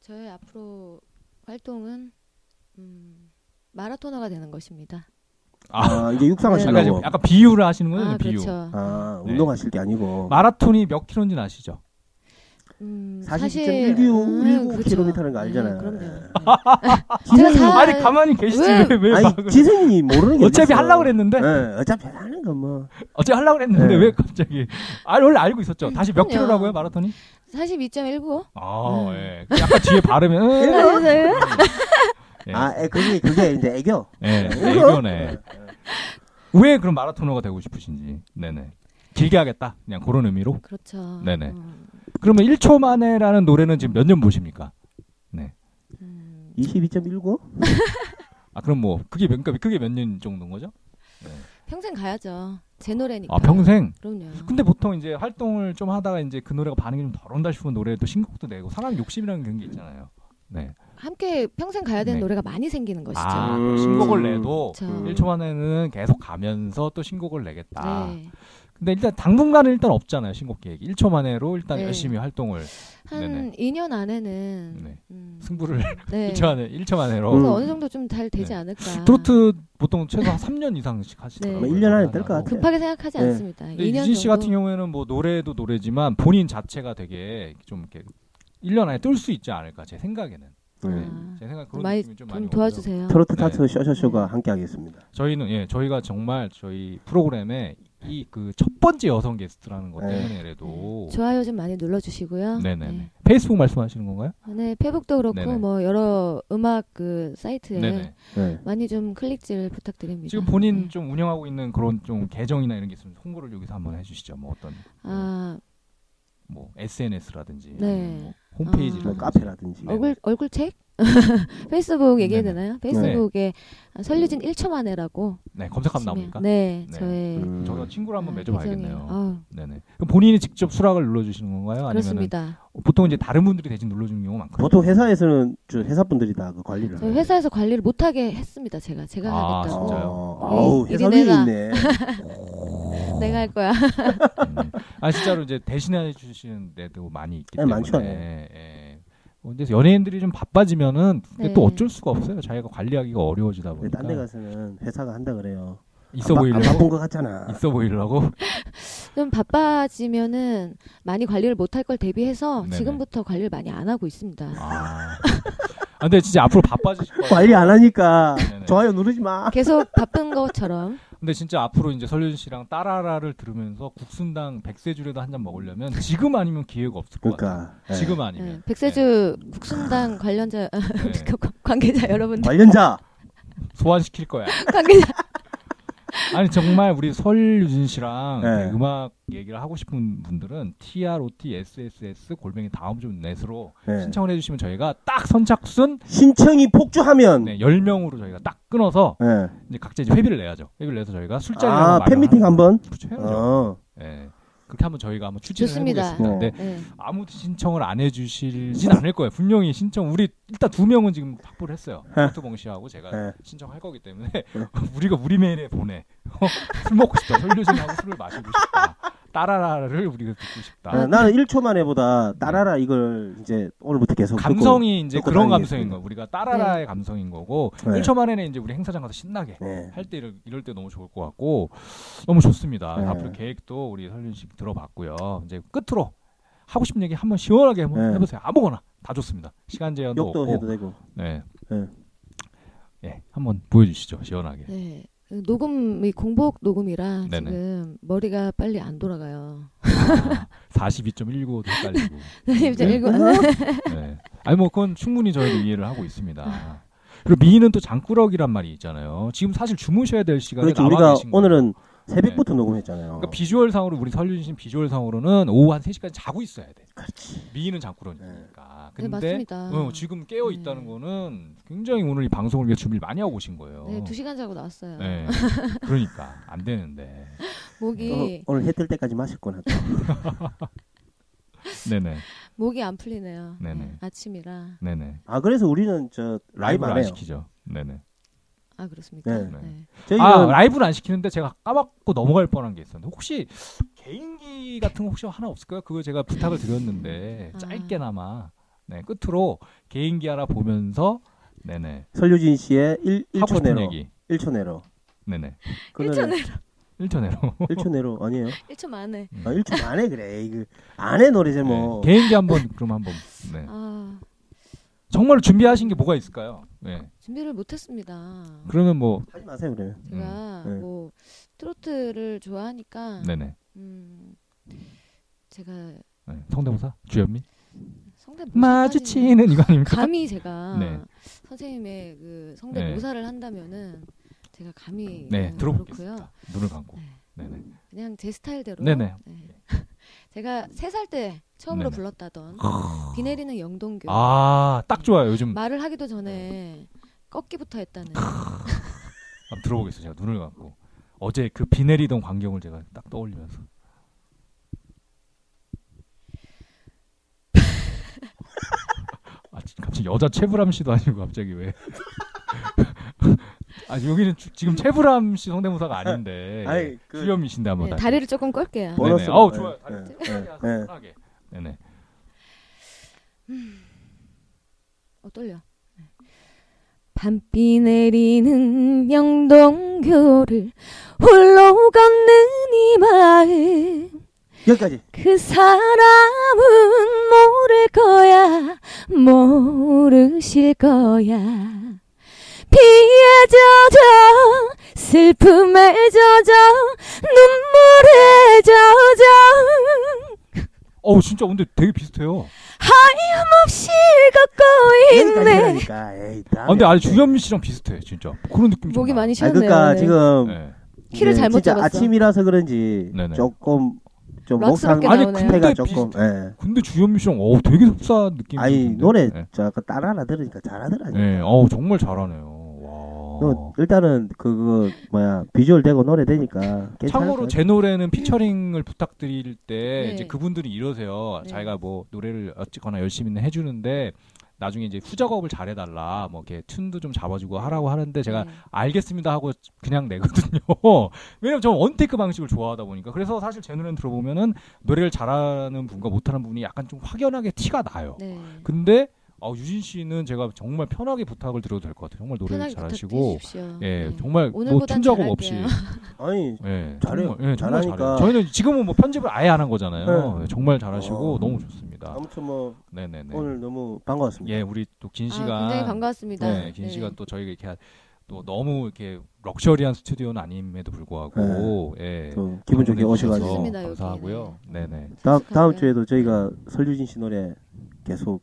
E: 저의 앞으로 활동은 음, 마라토너가 되는 것입니다.
B: 아,
C: 아 이제
B: 약간, 지금
C: 육상하시려고.
B: 약간 비유를 하시는 거예요,
E: 그렇죠. 아,
B: 음, 비유.
E: 그렇죠.
C: 아
B: 네.
C: 운동하실 게 아니고.
B: 마라톤이 몇 킬로인지는 아시죠?
E: 음, 그렇죠.
C: 42.195km라는 거 알잖아요.
E: 네,
C: 네.
E: 그럼요.
C: 지성이-
E: 제가 다-
B: 음, 아니 가만히 계시지
E: 왜-
B: 왜왜
C: 아니 지성이 모르는 게
B: 어차피
C: 어딨어.
B: 하려고 그랬는데
E: 네.
C: 예, 어차피 하는 거 뭐.
B: 어차피 하려고 그랬는데
C: 네.
B: 왜 갑자기 아 원래 알고 있었죠 다시 몇
E: 그럼요.
B: 킬로라고요 마라톤이
E: 42.195.
B: 아
E: 음.
B: 예. 약간 뒤에
E: 네.
B: 바르면 예.
C: 아, 에, 그게 그게 이제 애교.
B: 예, 애교네 왜 그럼 마라토너가 되고 싶으신지 네네 길게 하겠다 그냥 그런 의미로
E: 그렇죠.
B: 네네.
E: 어,
B: 그러면 1초 만에라는 노래는 지금 몇 년 보십니까
E: 음,
C: 22.19?
B: 아 그럼 뭐 그게 몇 그러니까 그게 몇 년 정도인 거죠
E: 평생 가야죠. 제 노래니까.
B: 아 평생
E: 그럼요.
B: 근데 보통 이제 활동을 좀 하다가 이제 그 노래가 반응이 좀 덜 온다 싶으면 노래도 신곡도 내고 사람 욕심이라는 그런 게 있잖아요. 네.
E: 함께 평생 가야
B: 네.
E: 되는 노래가 많이 생기는 것이죠.
B: 아,
C: 음.
B: 신곡을 내도
E: 그렇죠.
C: 음.
B: 1초 만에는 계속 가면서 또 신곡을 내겠다.
E: 네.
B: 근데 일단 당분간은 일단 없잖아요. 신곡 계획이. 1초 만에로 일단
E: 네.
B: 열심히 활동을
E: 한
B: 아, 네네.
E: 2년 안에는
B: 네.
E: 음,
B: 승부를
E: 네.
B: 1초 만에 1초 만에로
C: 음.
E: 그래서 어느 정도 좀 잘 되지
B: 네.
E: 않을까.
B: 트로트 보통 최소 한 3년 이상씩 하시더라고요.
E: 네.
C: 뭐 1년 안에 될것 같아요.
E: 급하게 생각하지
C: 네.
E: 않습니다.
B: 근데
E: 2년
B: 유진 씨
E: 정도.
B: 같은 경우에는 뭐 노래도 노래지만 본인 자체가 되게 좀 이렇게 1년 안에 뜰 수 있지 않을까 제 생각에는. 네.
E: 아.
B: 제 생각 그런
E: 많이
B: 느낌이 좀 많이
E: 좀
B: 오고요.
E: 도와주세요.
C: 트로트
B: 네.
C: 타트 쇼쇼쇼가 함께 하겠습니다.
B: 저희는 예 저희가 정말 저희 프로그램에 이 그 첫 번째 여성 게스트라는 것
C: 네.
B: 때문에라도
E: 좋아요 좀 많이 눌러주시고요.
B: 네네네
E: 네.
B: 페이스북 말씀하시는 건가요?
E: 아, 네, 페북도 그렇고
B: 네네.
E: 뭐 여러 음악 그 사이트에
B: 네네
C: 네.
E: 많이 좀 클릭질 부탁드립니다.
B: 지금 본인
E: 네.
B: 좀 운영하고 있는 그런 좀 계정이나 이런 게 있으면 홍보를 여기서 한번 해주시죠 뭐 어떤
E: 아
B: 뭐 SNS라든지
E: 네. 아,
B: 홈페이지라든지
C: 뭐 카페라든지.
B: 네네.
E: 얼굴 얼굴 책 페이스북 얘기해야
B: 네네.
E: 되나요? 페이스북에 아, 설유진 1초 만에라고
B: 네 검색하면
E: 치면-
B: 나옵니까?
E: 네,
B: 네.
E: 저의
C: 음.
B: 저도 친구를 한번
E: 아,
B: 맺어봐야겠네요.
E: 계정이에요. 아우,
B: 네네. 그럼 본인이 직접 수락을 눌러주시는 건가요? 아니면
E: 그렇습니다.
B: 보통 이제 다른 분들이 대신 눌러주는 경우가 많거든요.
C: 보통 회사에서는 저 회사분들이 다 그 관리를.
E: 저희
C: 하는데.
E: 회사에서 관리를 못하게 했습니다. 제가 제가
B: 네. 아,
C: 아,
E: 하겠다고.
B: 진짜요?
C: 아우 회사 위에
E: 미리내가.
C: 있네.
B: 어.
E: 내가 할 거야.
B: 음. 아 진짜로 이제 대신해 주시는 데도 많이 있기
C: 네,
B: 때문에.
C: 많죠.
B: 예, 예. 어, 근데 연예인들이 좀 바빠지면은 근데
E: 네.
B: 또 어쩔 수가 없어요. 자기가 관리하기가 어려워지다
C: 근데
B: 보니까.
C: 딴데 가서는 회사가 한다 그래요.
B: 그러니까. 있어
C: 안 바- 안 바쁜
B: 보이려고.
C: 것 같잖아.
B: 있어 보이려고.
E: 좀 바빠지면은 많이 관리를 못할 걸 대비해서
B: 음, 네네.
E: 지금부터 관리를 많이 안 하고 있습니다.
B: 아. 아, 근데 진짜 앞으로 바빠지실 거예요.
C: 관리 안 하니까
B: 네네.
C: 좋아요 누르지 마.
E: 계속 바쁜 것처럼
B: 근데 진짜 앞으로 이제 설윤 씨랑 따라라를 들으면서 국순당 백세주라도 한 잔 먹으려면 지금 아니면 기회가 없을 것 같아요.
C: 그러니까 예.
B: 지금
E: 네,
B: 아니면.
E: 백세주 국순당 관련자 그
B: 네. 네.
E: 관계자 여러분들
C: 관련자
B: 소환시킬 거야.
E: 관계자
B: 아니 정말 우리 설유진 씨랑
C: 네.
B: 그 음악 얘기를 하고 싶은 분들은 trotss 골뱅이 다음 주 넷으로
C: 네.
B: 신청을 해주시면 저희가 딱 선착순
C: 신청이 폭주하면
B: 네, 10명으로 저희가 딱 끊어서
C: 예.
B: 이제 각자 이제 회비를 내야죠. 회비를 내서 저희가 술자리
C: 아 팬미팅 한번.
B: 그렇죠. 해야죠.
C: 어.
B: 예. 그렇게 한번 저희가 한번 추진을
E: 좋습니다.
B: 해보겠습니다. 근데
E: 네.
B: 아무도 신청을 안 해주실진 않을 거예요. 분명히 신청 우리 일단 두 명은 지금 확보를 했어요. 박두봉 씨하고 제가
C: 네.
B: 신청할 거기 때문에 우리가 우리 메일에 보내 어, 술 먹고 싶다. 설교진하고 술을 마시고 싶다. 따라라를 우리가 듣고 싶다.
C: 예, 나는 1초 만에보다 따라라 이걸 이제 오늘부터 계속 듣고-
B: 감성이 이제
C: 듣고
B: 그런 감성인
C: 다니겠습니다.
B: 거. 우리가 따라라의 감성인 거고
C: 네.
B: 1초 만에는 이제 우리 행사장 가서 신나게
C: 네.
B: 할 때 이럴, 이럴 때 너무 좋을 것 같고 너무 좋습니다.
C: 네.
B: 앞으로 계획도 우리 설윤 씨 들어봤고요. 이제 끝으로 하고 싶은 얘기 한번 시원하게 한번
C: 네.
B: 해보세요. 아무거나 다 좋습니다. 시간 제한도
C: 욕도 해도
B: 없고
C: 되고.
B: 네.
C: 네.
B: 예, 한번 보여주시죠 시원하게.
E: 네. 그 녹음이 공복 녹음이라
B: 네네.
E: 지금 머리가 빨리 안 돌아가요.
B: 42.19도 헷갈리고.
E: 선생님 저
B: 네.
E: 읽고
B: 네. 아니 뭐 그건 충분히 저희도 이해를 하고 있습니다. 그리고 미인은 또 장꾸러기란 말이 있잖아요. 지금 사실 주무셔야 될 시간에
C: 그렇죠.
B: 나와
C: 우리가
B: 계신 거예요.
C: 오늘은 새벽부터 녹음했잖아요.
B: 그러니까 비주얼상으로 우리 설윤신 비주얼상으로는 오후 한 3시까지 자고 있어야 돼. 미인은 장꾸러기니까.
E: 네,
B: 근데
E: 맞습니다.
B: 어, 지금 깨어
E: 네.
B: 있다는 거는 굉장히 오늘 이 방송을 위해 준비를 많이 하고 오신 거예요.
E: 네, 2시간 자고 나왔어요.
B: 어. 네. 그러니까 안 되는데.
C: 오늘,
B: 어.
E: 목이
C: 어, 오늘 해 뜰 때까지 마실 거나. 또.
B: 네네.
E: 목이 안 풀리네요.
B: 네네.
E: 네, 아침이라.
B: 네네.
C: 아 그래서 우리는 저 라이브
B: 라이브를
C: 안
B: 안
C: 해요.
B: 시키죠. 네네.
E: 아, 그렇습니까?
C: 네.
E: 네.
C: 저희는
B: 아 라이브는 안 시키는데 제가 까먹고 넘어갈 뻔한 게 있었는데 혹시 개인기 같은 거 혹시 하나 없을까요? 그거 제가 부탁을 드렸는데
E: 아.
B: 짧게나마 네 끝으로 개인기 하나 보면서 네네
C: 설유진 씨의 1, 일
B: 하고
C: 초
B: 싶은
C: 내로.
B: 얘기
C: 1초 내로.
B: 네네
E: 1초 내
B: 1초내로
C: 1초 내로 아니에요?
E: 1초
B: 네.
E: 만에.
C: 아, 1초 안에 그래. 이거 안에 노래 제목.
B: 개인기 한번 그럼 한번 네.
E: 아,
B: 정말 준비하신 게 뭐가 있을까요? 네
E: 준비를 못 했습니다.
B: 그러면 뭐
C: 하지 마세요 그러면.
E: 제가
C: 음, 네.
E: 뭐 트로트를 좋아하니까
B: 네네
E: 음, 제가
B: 네. 성대모사 주현미
E: 성대 모사까지는
B: 마주치는 이거 아닙니까?
E: 음. 감히 제가
B: 네.
E: 선생님의 그 성대
B: 네.
E: 모사를 한다면은 제가 감히
B: 네
E: 어,
B: 들어보겠습니다.
E: 그렇고요.
B: 눈을 감고
E: 네.
B: 네네
E: 그냥 제 스타일대로.
B: 네네.
E: 네. 제가 세 살 때 처음으로
B: 네네.
E: 불렀다던 비 내리는 영동교.
B: 아 네. 딱 좋아요 요즘
E: 말을 하기도 전에 꺾기부터 했다는.
B: 아, 한번 들어보겠어요. 제가 눈을 감고 어제 그 비 내리던 광경을 제가 딱 떠올리면서 아, 지- 갑자기 여자 최불암 씨도 아니고 갑자기 왜? 아 여기는 주- 지금 최불암 씨 성대모사가 아닌데
C: 아니, 그-
B: 수염이신데 한번
E: 네,
B: 다시.
E: 다리를 조금 꼴게요.
C: 뭐- 보너스로.
B: 아우
C: 네,
B: 좋아요. 다리
C: 네,
B: 튼튼하게
C: 네,
B: 하세요,
C: 네.
B: 편하게. 네네.
E: 어, 떨려. 네. 밤비 내리는 영동교를 홀로 걷는 이 마음
C: 예. 여기까지.
E: 그 사람은 모를 거야 모르실 거야
F: 피에 젖어 슬픔에 젖어 눈물에 젖어
B: 어우 진짜 근데 되게 비슷해요.
F: 하염없이 걷고
C: 여기까지
F: 있네
C: 하니까, 에이,
B: 아,
C: 다음에
B: 근데 아니
C: 할게.
B: 주현미 씨랑 비슷해 진짜. 그런 느낌 좀
E: 목이
B: 나.
E: 많이
C: 아,
E: 쉬었네요.
C: 그러니까
E: 네.
C: 지금
B: 네.
E: 키를
C: 이제
E: 잘못
C: 진짜
E: 잡았어.
C: 아침이라서 그런지
B: 네네.
C: 조금 좀 목상
E: 락스럽게
B: 목상- 아니,
E: 나오네요.
B: 근데-
C: 태가
B: 비슷-
C: 조금 예.
B: 근데 주현미 씨랑 어 되게 흡사한 느낌.
C: 아니 노래
B: 네.
C: 저 아까 따라라 들으니까 잘하더라니까.
B: 네. 어. 어우 정말 잘하네요. 와.
C: 그 일단은 그거 뭐야 비주얼 되고 노래 되니까 괜찮을
B: 참고로
C: 거예요.
B: 제 노래는 피처링을 부탁드릴 때
E: 네.
B: 이제 그분들이 이러세요.
E: 네.
B: 자기가 뭐 노래를 어쨌거나 열심히는 해주는데 나중에 이제 후작업을 잘해달라 뭐 이렇게 튠도 좀 잡아주고 하라고 하는데 제가
E: 네.
B: 알겠습니다 하고 그냥 내거든요. 왜냐면 저는 원테이크 방식을 좋아하다 보니까 그래서 사실 제 노래는 들어보면은 노래를 잘하는 분과 못하는 분이 약간 좀 확연하게 티가 나요.
E: 네.
B: 근데 어, 유진 씨는 제가 정말 편하게 부탁을 드려도 될 것 같아요. 정말 노래를
E: 편하게
B: 잘하시고
E: 부탁드리십시오.
B: 예
E: 네.
B: 정말 뭐
E: 오늘보단
B: 툰작업 없이
E: 잘할게요.
C: 아니
B: 예,
C: 잘해요.
B: 정말, 예, 정말
C: 잘하니까.
B: 잘해요. 저희는 지금은 뭐 편집을 아예 안 한 거잖아요.
C: 네.
B: 예, 정말 잘하시고
C: 어.
B: 너무 좋습니다.
C: 아무튼 뭐
B: 네네네.
C: 오늘 너무 반가웠습니다.
B: 예, 우리 또 긴 시간
E: 아, 굉장히 반가웠습니다.
B: 네, 긴 시간 또 저희가 이렇게 또 너무 이렇게 럭셔리한 스튜디오는 아님에도 불구하고 예.
C: 네. 또 기분 좋게
B: 방문해
C: 오셔가지고
B: 주셔서
E: 좋습니다, 여기.
B: 감사하고요. 네, 네.
C: 다음 다음
E: 감사합니다.
C: 주에도 저희가 설유진 씨 노래 계속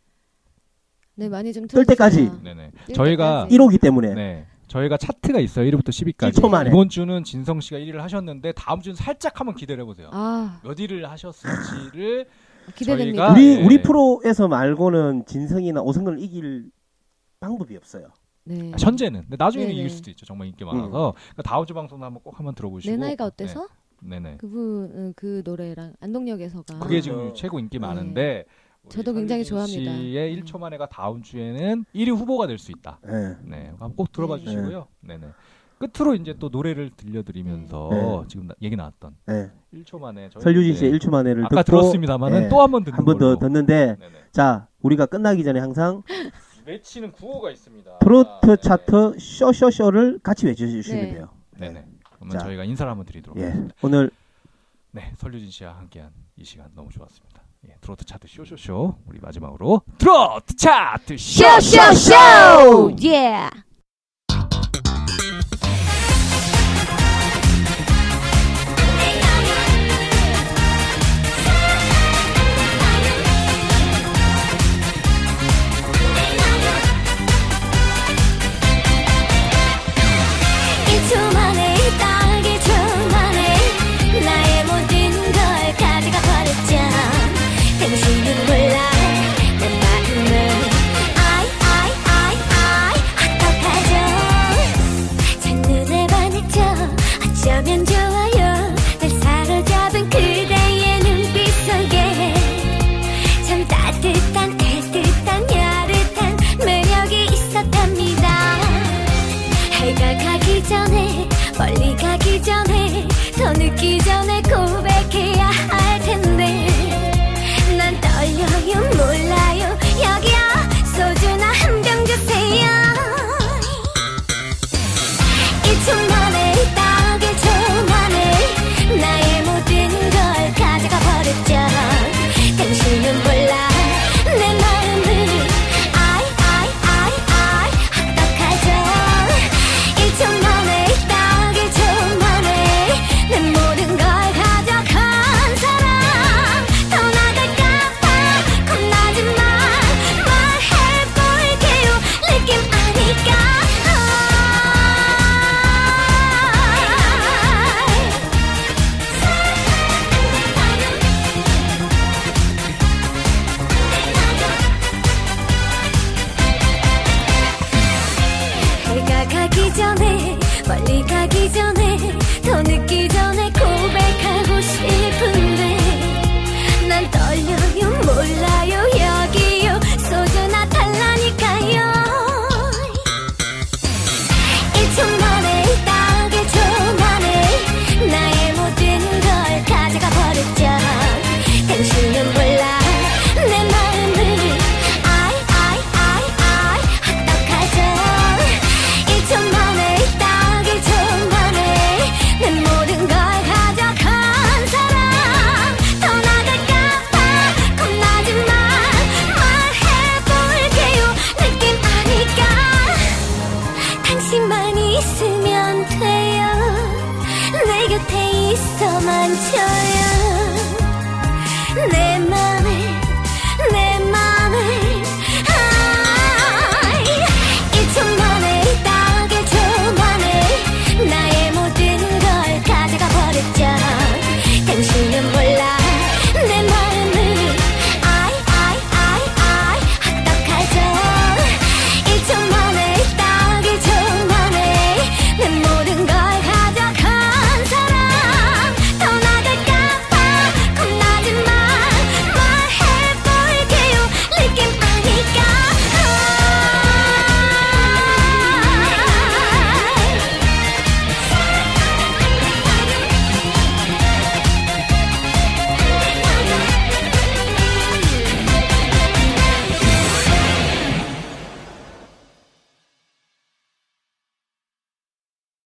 E: 네, 많이 좀
C: 뜰 때까지.
E: 틀어주세요.
B: 네, 네.
E: 일
B: 저희가
C: 1호기 때문에
B: 네. 저희가 차트가 있어요. 1위부터 10위까지.
C: 1초 만에.
B: 이번 주는 진성 씨가 1위를 하셨는데 다음 주는 살짝 한번 기다려 보세요.
E: 아,
B: 몇 위를 하셨을지를 저희가-
E: 기대됩니다. 네.
C: 우리
B: 아, 예.
C: 우리 프로에서 말고는 진성이나 오승근을 이길 방법이 없어요.
E: 네.
B: 아, 현재는. 근데 나중에는
E: 네네.
B: 이길 수도 있죠. 정말 인기 많아서. 그러니까 다음 주 방송도 한번 꼭 한번 들어보시고.
E: 내 나이가 어때서?
B: 네, 네.
E: 그분 음, 그 노래랑 안동역에서가
B: 그게
C: 아.
B: 지금 최고 인기
E: 네.
B: 많은데 우리
E: 저도 굉장히
B: 설유진
E: 좋아합니다.
B: 씨의
E: 음.
B: 1초 만에가 다음 주에는 1위 후보가 될 수 있다.
C: 예.
B: 네, 한번 꼭 들어봐
E: 네.
B: 주시고요. 네, 네. 끝으로 이제 또 노래를 들려드리면서
C: 네.
B: 지금 나- 얘기 나왔던
C: 예.
B: 1초 만에 저희
C: 설유진
B: 이제
C: 씨의 1초 만에를
B: 아까
C: 듣고
B: 들었습니다만은
C: 예.
B: 또 한 번 듣는
C: 한 번 더
B: 걸로.
C: 듣는데
B: 네, 네.
C: 자 우리가 끝나기 전에 항상
B: 외치는 구호가 있습니다.
C: 트로트
B: 네.
C: 차트 쇼쇼쇼를 같이 외쳐주시면
E: 네.
C: 돼요.
B: 네, 네. 그러면
C: 자.
B: 저희가 인사를 한번 드리도록
C: 예.
B: 하겠습니다.
C: 오늘
B: 네, 설유진 씨와 함께한 이 시간 너무 좋았습니다. 예, 트로트 차트 쇼쇼쇼 우리 마지막으로 트로트 차트
E: 쇼쇼쇼!
D: Oh,
E: 예!
D: 일초만에 딱 일초만에 나의 모든 걸 가져가 버렸잖아 당신은 그 몰라 내 마음을 아이 아이 아이 아이 어떡하죠 첫눈에 반했죠 어쩌면 좋아요 날 사로잡은 그대의 눈빛 속에 참 따뜻한 애틋한 야릇한 매력이 있었답니다 해가 가기 전에 멀리 가기 전에 더 늦기 전에 고백해야 할 텐데 난 떨려요 몰라요 여기요 소주나 한 병 주세요 1초 만에 딱 1초 만에 나의 모든 걸 가져가 버렸죠 당신은 몰라 내 마음을 아이 아이 아이 아이 어떡하죠 1초 만에 딱 1초 만에 내 모든 걸 가져간 사람 떠나갈까 봐 겁나지만 말해볼게요 느낌 아. 아니까 해가 가기 전에 멀리 가기 전에 더 늦기 전에 고백하고 싶은데 난 떨려요 몰라요 여기요 소주나 달라니까요 1초 만에 딱 1초 만에 나의 모든 걸 가져가 버렸죠 당신은 아.